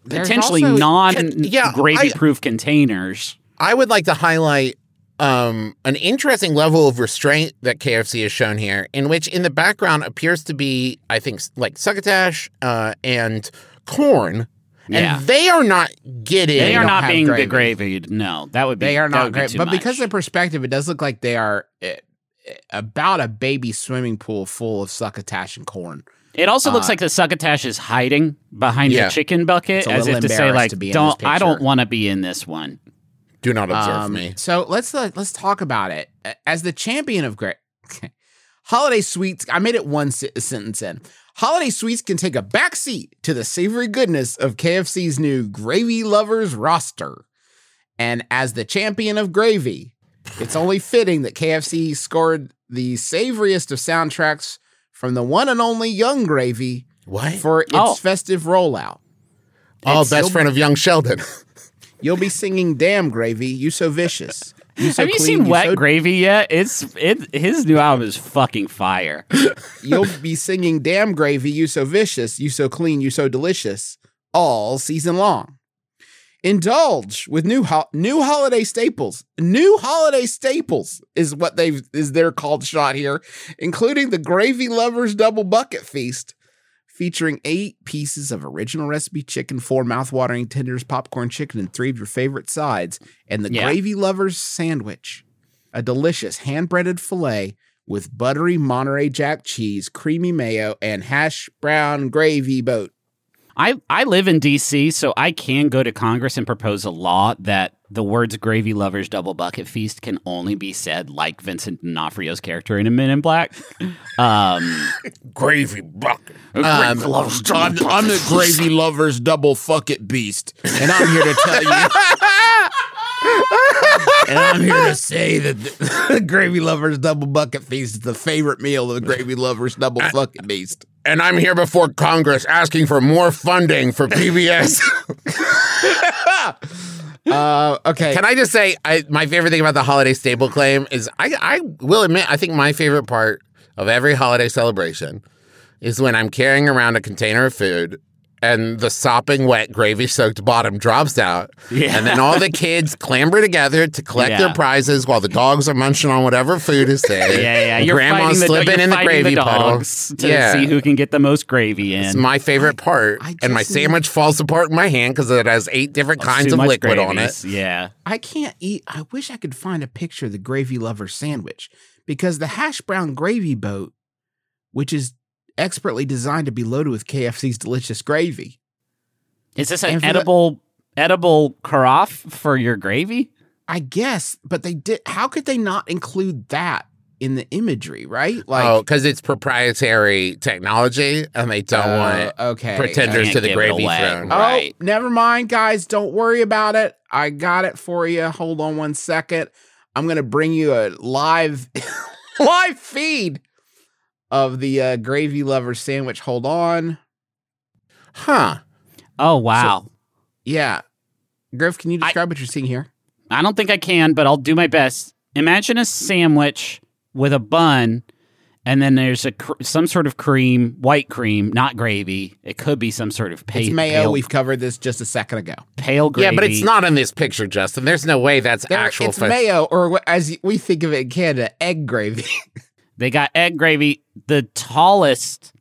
There's
potentially
also-
non
Can- yeah,
gravy
I-
proof containers.
I would like to highlight um, an interesting level of restraint that KFC has shown here, in which in the background appears to be, I think, s- like succotash uh, and corn.
Yeah.
And they are not getting.
They, are
don't
not
have
being
gravy.
degravied. No, that would be
They are
that
not
would be
great,
too
but
much.
because of perspective, it does look like they are eh, eh, about a baby swimming pool full of succotash and corn.
It also looks like the succotash is hiding behind
Yeah.
the chicken bucket,
It's a
as
little
if to say,
embarrassed
like,
to be in
don't
this
I don't
picture.
want to be in this one.
Do not observe
Um,
me.
So let's let, let's talk about it. A- As the champion of great holiday sweets, I made it one se- sentence in. Holiday sweets can take a backseat to the savory goodness of KFC's new gravy lovers roster. And as the champion of gravy, it's only fitting that KFC scored the savoriest of soundtracks from the one and only Young Gravy
What?
for its
Oh.
festive rollout.
oh,
it's
best
so-
friend of young Sheldon.
You'll be singing "Damn Gravy, you so vicious." You so
Have you
clean,
seen Wet
so
Gravy yet? It's it. His new album is fucking fire.
You'll be singing Damn Gravy, You So Vicious, You So Clean, You So Delicious all season long. Indulge with new ho- new holiday staples. New holiday staples is what they've is their called shot here, including the Gravy Lovers Double Bucket Feast, featuring eight pieces of original recipe chicken, four mouthwatering tenders, popcorn chicken, and three of your favorite sides, and the
Yeah.
Gravy Lovers sandwich, a delicious hand breaded filet with buttery Monterey Jack cheese, creamy mayo, and hash brown gravy boat.
I I live in D.C., so I can go to Congress and propose a law that the words "Gravy Lovers Double Bucket Feast" can only be said like Vincent D'Onofrio's character in *A Men in Black*. Um,
Gravy bucket.
Gravy Lovers Double Bucket
Um, I'm the gravy lover's double fuck it beast, and I'm here to tell you. and I'm here to say that the gravy lover's double bucket feast is the favorite meal of the gravy lover's double fuck it beast.
And I'm here before Congress asking for more funding for PBS.
Uh, okay,
Can I just say, I, my favorite thing about the holiday staple claim is I, I will admit, I think my favorite part of every holiday celebration is when I'm carrying around a container of food and the sopping wet gravy soaked bottom drops out.
Yeah.
And then all the kids clamber together to collect
Yeah.
their prizes while the dogs are munching on whatever food is there.
yeah, yeah.
And
You're
Grandma's
fighting the,
slipping
you're
in the
fighting
gravy puddle.
dogs to see who can get the most gravy in.
It's my favorite part.
I
and my
just-
sandwich falls apart in my hand because it has eight different
It's
kinds
too
of
much
liquid on it.
gravies. Yeah.
I can't eat. I wish I could find a picture of the gravy lover sandwich because the hash brown gravy boat, which is expertly designed to be loaded with KFC's delicious gravy.
Is this an
And for the-
edible edible carafe for your gravy?
I guess, but they did. How could they not include that in the imagery? Right? Like,
Oh, because it's proprietary technology and they don't want
uh, okay.
pretenders
Can't
to the
give it
gravy
away.
throne.
Oh,
Right.
never mind, guys. Don't worry about it. I got it for you. Hold on one second. I'm gonna bring you a live, live feed of the uh, gravy lover sandwich. Hold on.
Huh.
Oh wow.
Yeah, Griff, can you
I-
describe what you're seeing here?
I don't think I can, but I'll do my best. Imagine a sandwich with a bun, and then there's a cr- some sort of cream, white cream, not gravy. It could be some sort of pa-
It's mayo.
pale,
We've covered this just a second ago.
pale gravy.
Yeah, but it's not in this picture, Justin. There's no way that's
There,
actual.
it's
fa-
mayo, or wh- as we think of it in Canada, egg gravy.
They got egg gravy, the tallest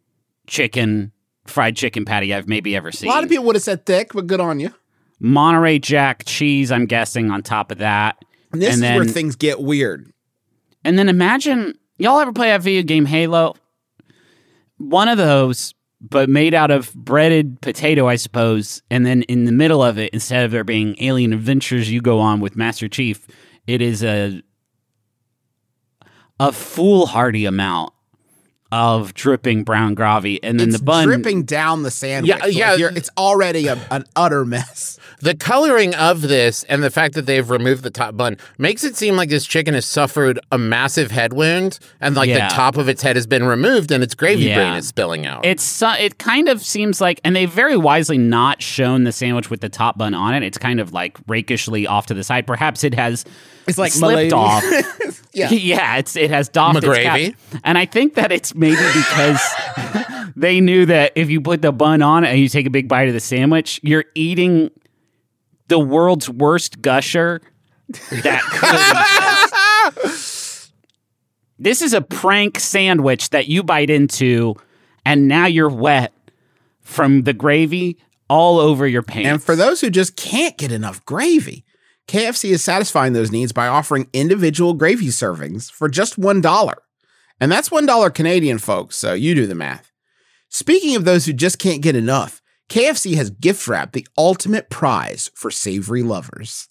chicken fried chicken patty I've maybe ever
a
seen.
lot of people would have said thick, but good on you.
Monterey Jack cheese, I'm guessing, on top of that.
And this
And
is
then-
where things get weird.
And then imagine y'all ever play that video game Halo? One of those, but made out of breaded potato, I suppose. And then in the middle of it, instead of there being alien adventures you go on with Master Chief, it is a a foolhardy amount of dripping brown gravy, and then
it's
the bun
dripping down the sandwich.
Yeah,
Like,
yeah.
you're- it's already a, an utter mess.
The coloring of this and the fact that they've removed the top bun makes it seem like this chicken has suffered a massive head wound and like
Yeah.
the top of its head has been removed and its gravy
Yeah.
brain is spilling out.
It's so- it kind of seems like, and they very wisely not shown the sandwich with the top bun on it. It's kind of like rakishly off to the side. Perhaps it has
It's like
slipped
Milady.
off.
Yeah.
it's it has doffed its cap.
McGravy?
and I think that it's maybe because they knew that if you put the bun on it and you take a big bite of the sandwich, you're eating the world's worst gusher. That could exist. this is a prank sandwich that you bite into, and now you're wet from the gravy all over your pants.
And for those who just can't get enough gravy, KFC is satisfying those needs by offering individual gravy servings for just $1. And that's $1 Canadian, folks, so you do the math. Speaking of those who just can't get enough, KFC has gift wrapped the ultimate prize for savory lovers.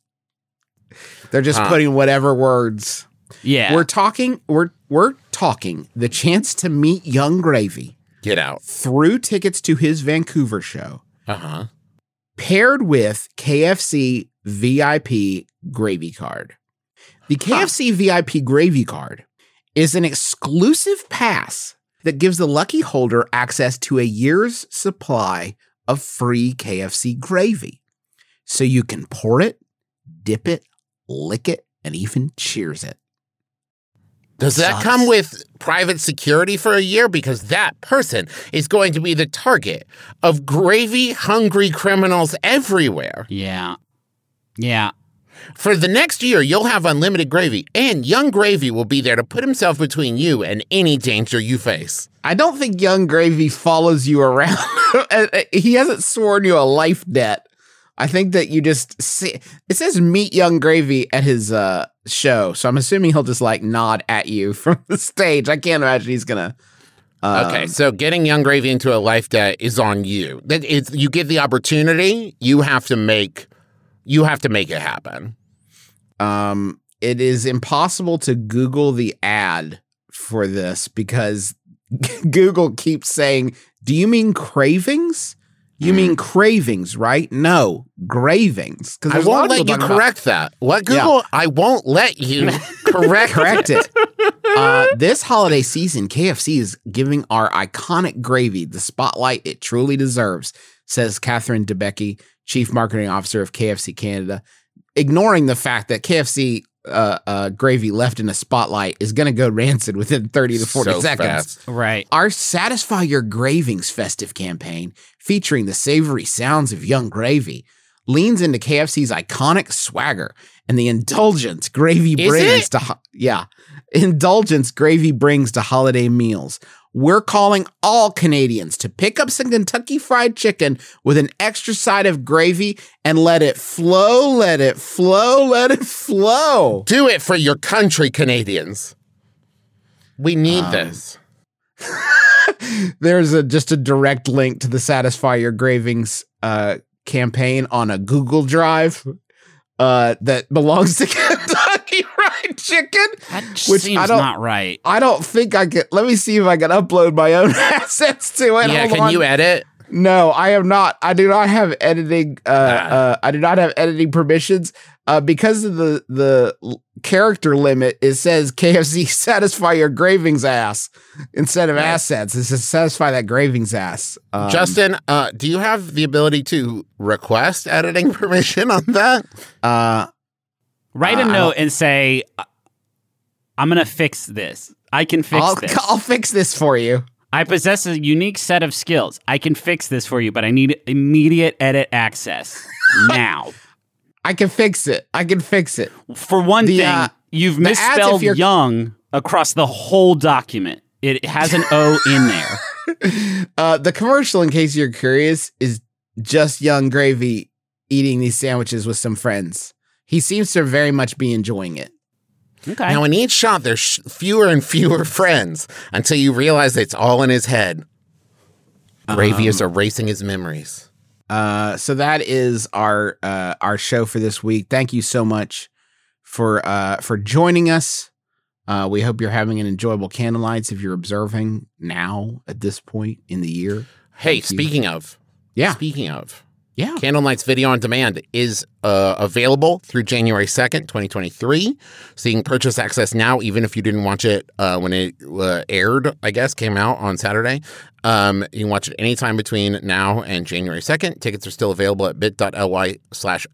They're just
Huh.
putting whatever words.
yeah,
We're talking we're we're talking the chance to meet young gravy
Get out.
through tickets to his Vancouver show
Uh huh.
paired with KFC VIP gravy card. The KFC VIP gravy card is an exclusive pass that gives the lucky holder access to a year's supply of free KFC gravy. So you can pour it, dip it, lick it, and even cheers it.
Does that
Sucks.
come with private security for a year? Because that person is going to be the target of gravy hungry criminals everywhere.
yeah, yeah.
For the next year, you'll have unlimited gravy, and Young Gravy will be there to put himself between you and any danger you face.
I don't think Young Gravy follows you around. Uh, uh, he hasn't sworn you a life debt. I think that you just see. It says meet Young Gravy at his uh, show, so I'm assuming he'll just like nod at you from the stage. I can't imagine he's gonna. um,
Okay, so getting Young Gravy into a life debt is on you. That is, you get the opportunity, you have to make, you have to make it happen.
Um, it is impossible to Google the ad for this because Google keeps saying, "Do you mean cravings? You mean cravings, right? No, gravings."
I
there's a lot
won't
of
let
people
you
talking about-
correct that. What
Yeah.
Google? I won't let you correct.
Correct it. Uh, this holiday season, KFC is giving our iconic gravy the spotlight it truly deserves, says Catherine DeBecky, Chief Marketing Officer of KFC Canada. Ignoring the fact that KFC uh, uh, gravy left in a spotlight is going to go rancid within 30 to 40
So
seconds.
fast.
Right.
Our Satisfy Your Gravings festive campaign, featuring the savory sounds of young gravy, leans into KFC's iconic swagger and the indulgence gravy
Is
brings
it?
to ho- yeah, indulgence gravy brings to holiday meals. We're calling all Canadians to pick up some Kentucky fried chicken with an extra side of gravy and let it flow, let it flow, let it flow.
Do it for your country, Canadians. We need
Um,
this.
there's a just a direct link to the satisfy your gravings uh campaign on a google drive uh that belongs to kentucky fried chicken
That just
Which I
seems
don't-
not right.
i don't think i can let me see if i can upload my own assets to it
yeah,
Hold
can
on.
you edit?
no i am not i do not have editing uh,
Ah.
uh i do not have editing permissions uh because of the the l- character limit it says kfc satisfy your gravings ass instead of assets it says satisfy that gravings ass Um,
Justin, uh, do you have the ability to request editing permission on that?
Uh,
Write
Uh,
a
I
note and say, "I- I'm going to fix this. I can fix
I'll,
this.
I'll fix this for you.
I possess a unique set of skills. I can fix this for you, but I need immediate edit access now.
I can fix it. I can fix it.
For one
The,
thing,
uh,
you've
the ads, if
misspelled
you're-
young across the whole document. It has an O in there.
Uh, the commercial, in case you're curious, is just young gravy eating these sandwiches with some friends. He seems to very much be enjoying it.
Okay.
now, in each shot, there's sh- fewer and fewer friends until you realize it's all in his head.
Um,
Gravy is erasing his memories.
Uh, so that is our uh, our show for this week. Thank you so much for uh, for joining us. Uh, we hope you're having an enjoyable candlelights if you're observing now at this point in the year.
Hey,
Thank you.
speaking of,
Yeah.
speaking of,
Yeah.
Candle Nights Video on Demand is uh, available through January 2nd, 2023. So you can purchase access now, even if you didn't watch it uh, when it uh, aired, I guess, came out on Saturday. Um, you can watch it anytime between now and January 2nd. Tickets are still available at bit.ly slash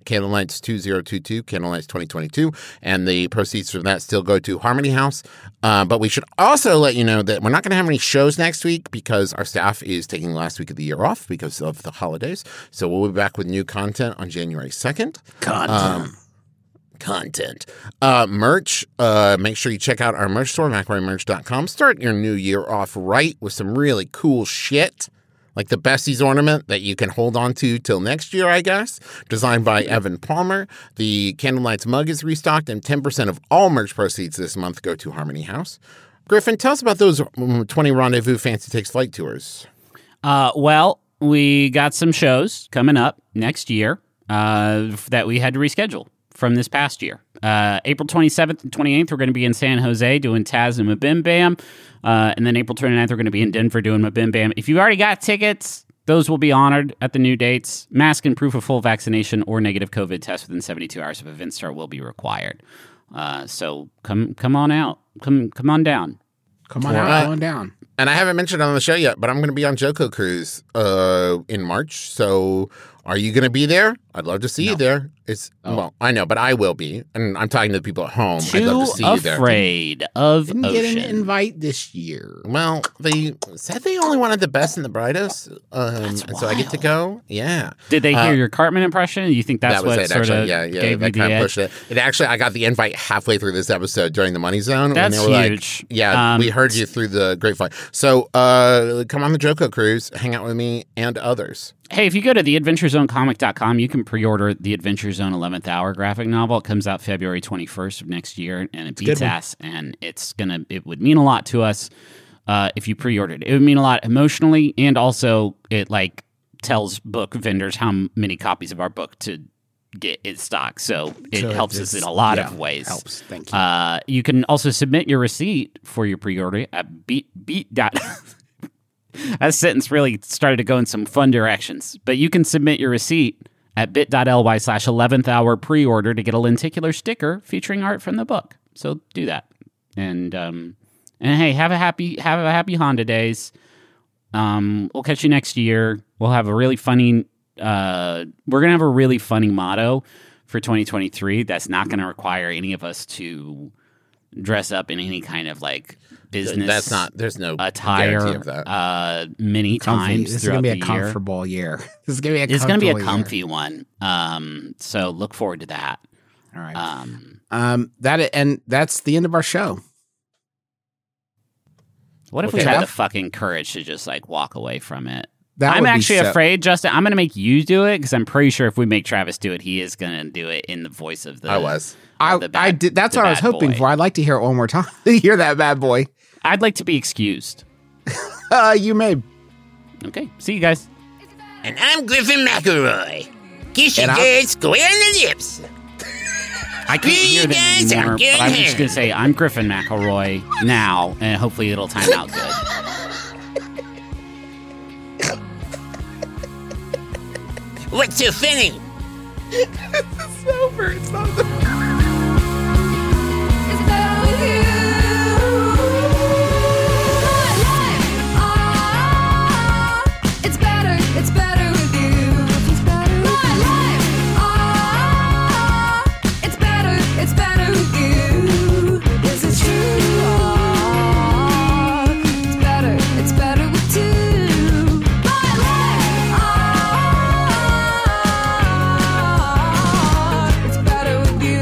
candlelights2022, candlelights2022. And the proceeds from that still go to Harmony House. Uh, but we should also let you know that we're not going to have any shows next week because our staff is taking the last week of the year off because of the holidays. So we'll be back with new content on January 2nd.
Content.
Content. Uh, merch. Uh, make sure you check out our merch store, macromerch.com. Start your new year off right with some really cool shit. Like the Bessie's ornament that you can hold on to till next year, I guess. Designed by Evan Palmer. The Candlelights mug is restocked, and 10% of all merch proceeds this month go to Harmony House. Griffin, tell us about those mm, 20 Rendezvous Fancy Takes Flight tours.
Uh, well, we got some shows coming up next year uh, f- that we had to reschedule from this past year. Uh, April 27th and 28th, we're going to be in San Jose doing Taz and Mabim Bam. Uh, and then April 29th, we're going to be in Denver doing Mabim Bam. If you already got tickets, those will be honored at the new dates. Mask and proof of full vaccination or negative COVID test within 72 hours of event start will be required. Uh, so come come on out. Come come on down.
Come on out,
Alright.
come on down.
And I haven't mentioned it on the show yet, but I'm going to be on Joko Cruise uh, in March. So are you going to be there? I'd love to see you there. It's
Oh.
well, I know, but I will be, and I'm talking to the people at home. I'd
Too
love to see you there.
afraid of
Didn't
ocean.
get an invite this year.
Well, they said they only wanted the best and the brightest, um, and so I get to go. Yeah,
Did they
Uh,
hear your Cartman impression? You think that's
that was
what
it.
sort
Actually,
of
yeah, yeah,
gave you
that
the
kind of
edge?
pushed it. It actually, I got the invite halfway through this episode during the Money Zone.
That's
and they were
huge.
Like, yeah,
Um,
we heard you through the grapevine. So uh, come on the Joko Cruise, hang out with me and others.
Hey, if you go to theadventurezonecomic.com, you can pre-order the Adventure Zone 11th Hour graphic novel. It comes out February 21st of next year, and it beats ass. And it's gonna, it would mean a lot to us uh, if you pre-ordered. It would mean a lot emotionally, and also it like tells book vendors how m- many copies of our book to get in stock. So it helps us in a lot of ways.
Helps. Thank you.
Uh, you can also submit your receipt for your pre-order at beat beat dot. that sentence really started to go in some fun directions, but you can submit your receipt at bit.ly slash 11th hour pre-order to get a lenticular sticker featuring art from the book. So do that, and um, and hey, have a happy have a happy Honda days. Um, we'll catch you next year. We'll have a really funny. Uh, we're gonna have a really funny motto for 2023. That's not gonna require any of us to dress up in any kind of like business.
That's not. There's no guarantee
attire.
of that.
Uh, many
Comfy.
times
This is
throughout
gonna be
the
a
year.
comfortable year. This is gonna be a.
It's gonna be a
comfortable year.
comfy one. Um, so look forward to that.
All right.
Um,
um. That and that's the end of our show.
what if we
Okay.
had
Yeah.
the fucking courage to just like walk away from it?
That
I'm
would be
actually
so-
afraid, Justin. I'm going to make you do it because I'm pretty sure if we make Travis do it, he is going to do it in the voice of the.
I was.
I,
Oh, the
I
bad-
did. That's
the
what I was
bad
hoping
boy.
for. I'd like to hear it one more time. hear that bad boy.
I'd like to be excused.
Uh, you may.
Okay. See you guys.
And I'm Griffin McElroy. Kiss
And
your
I'm-
girl square on the lips.
I can't hear them
guys are
anymore,
good
but I'm just
hair.
going to say I'm Griffin McElroy now, and hopefully it'll time out good.
What's so funny?
It's better with you. My life, ah, it's better, it's better with you. It's better. My life, ah, it's better, it's better with you. Is it true? Ah, it's better, it's better with two. My life, ah, it's better with you.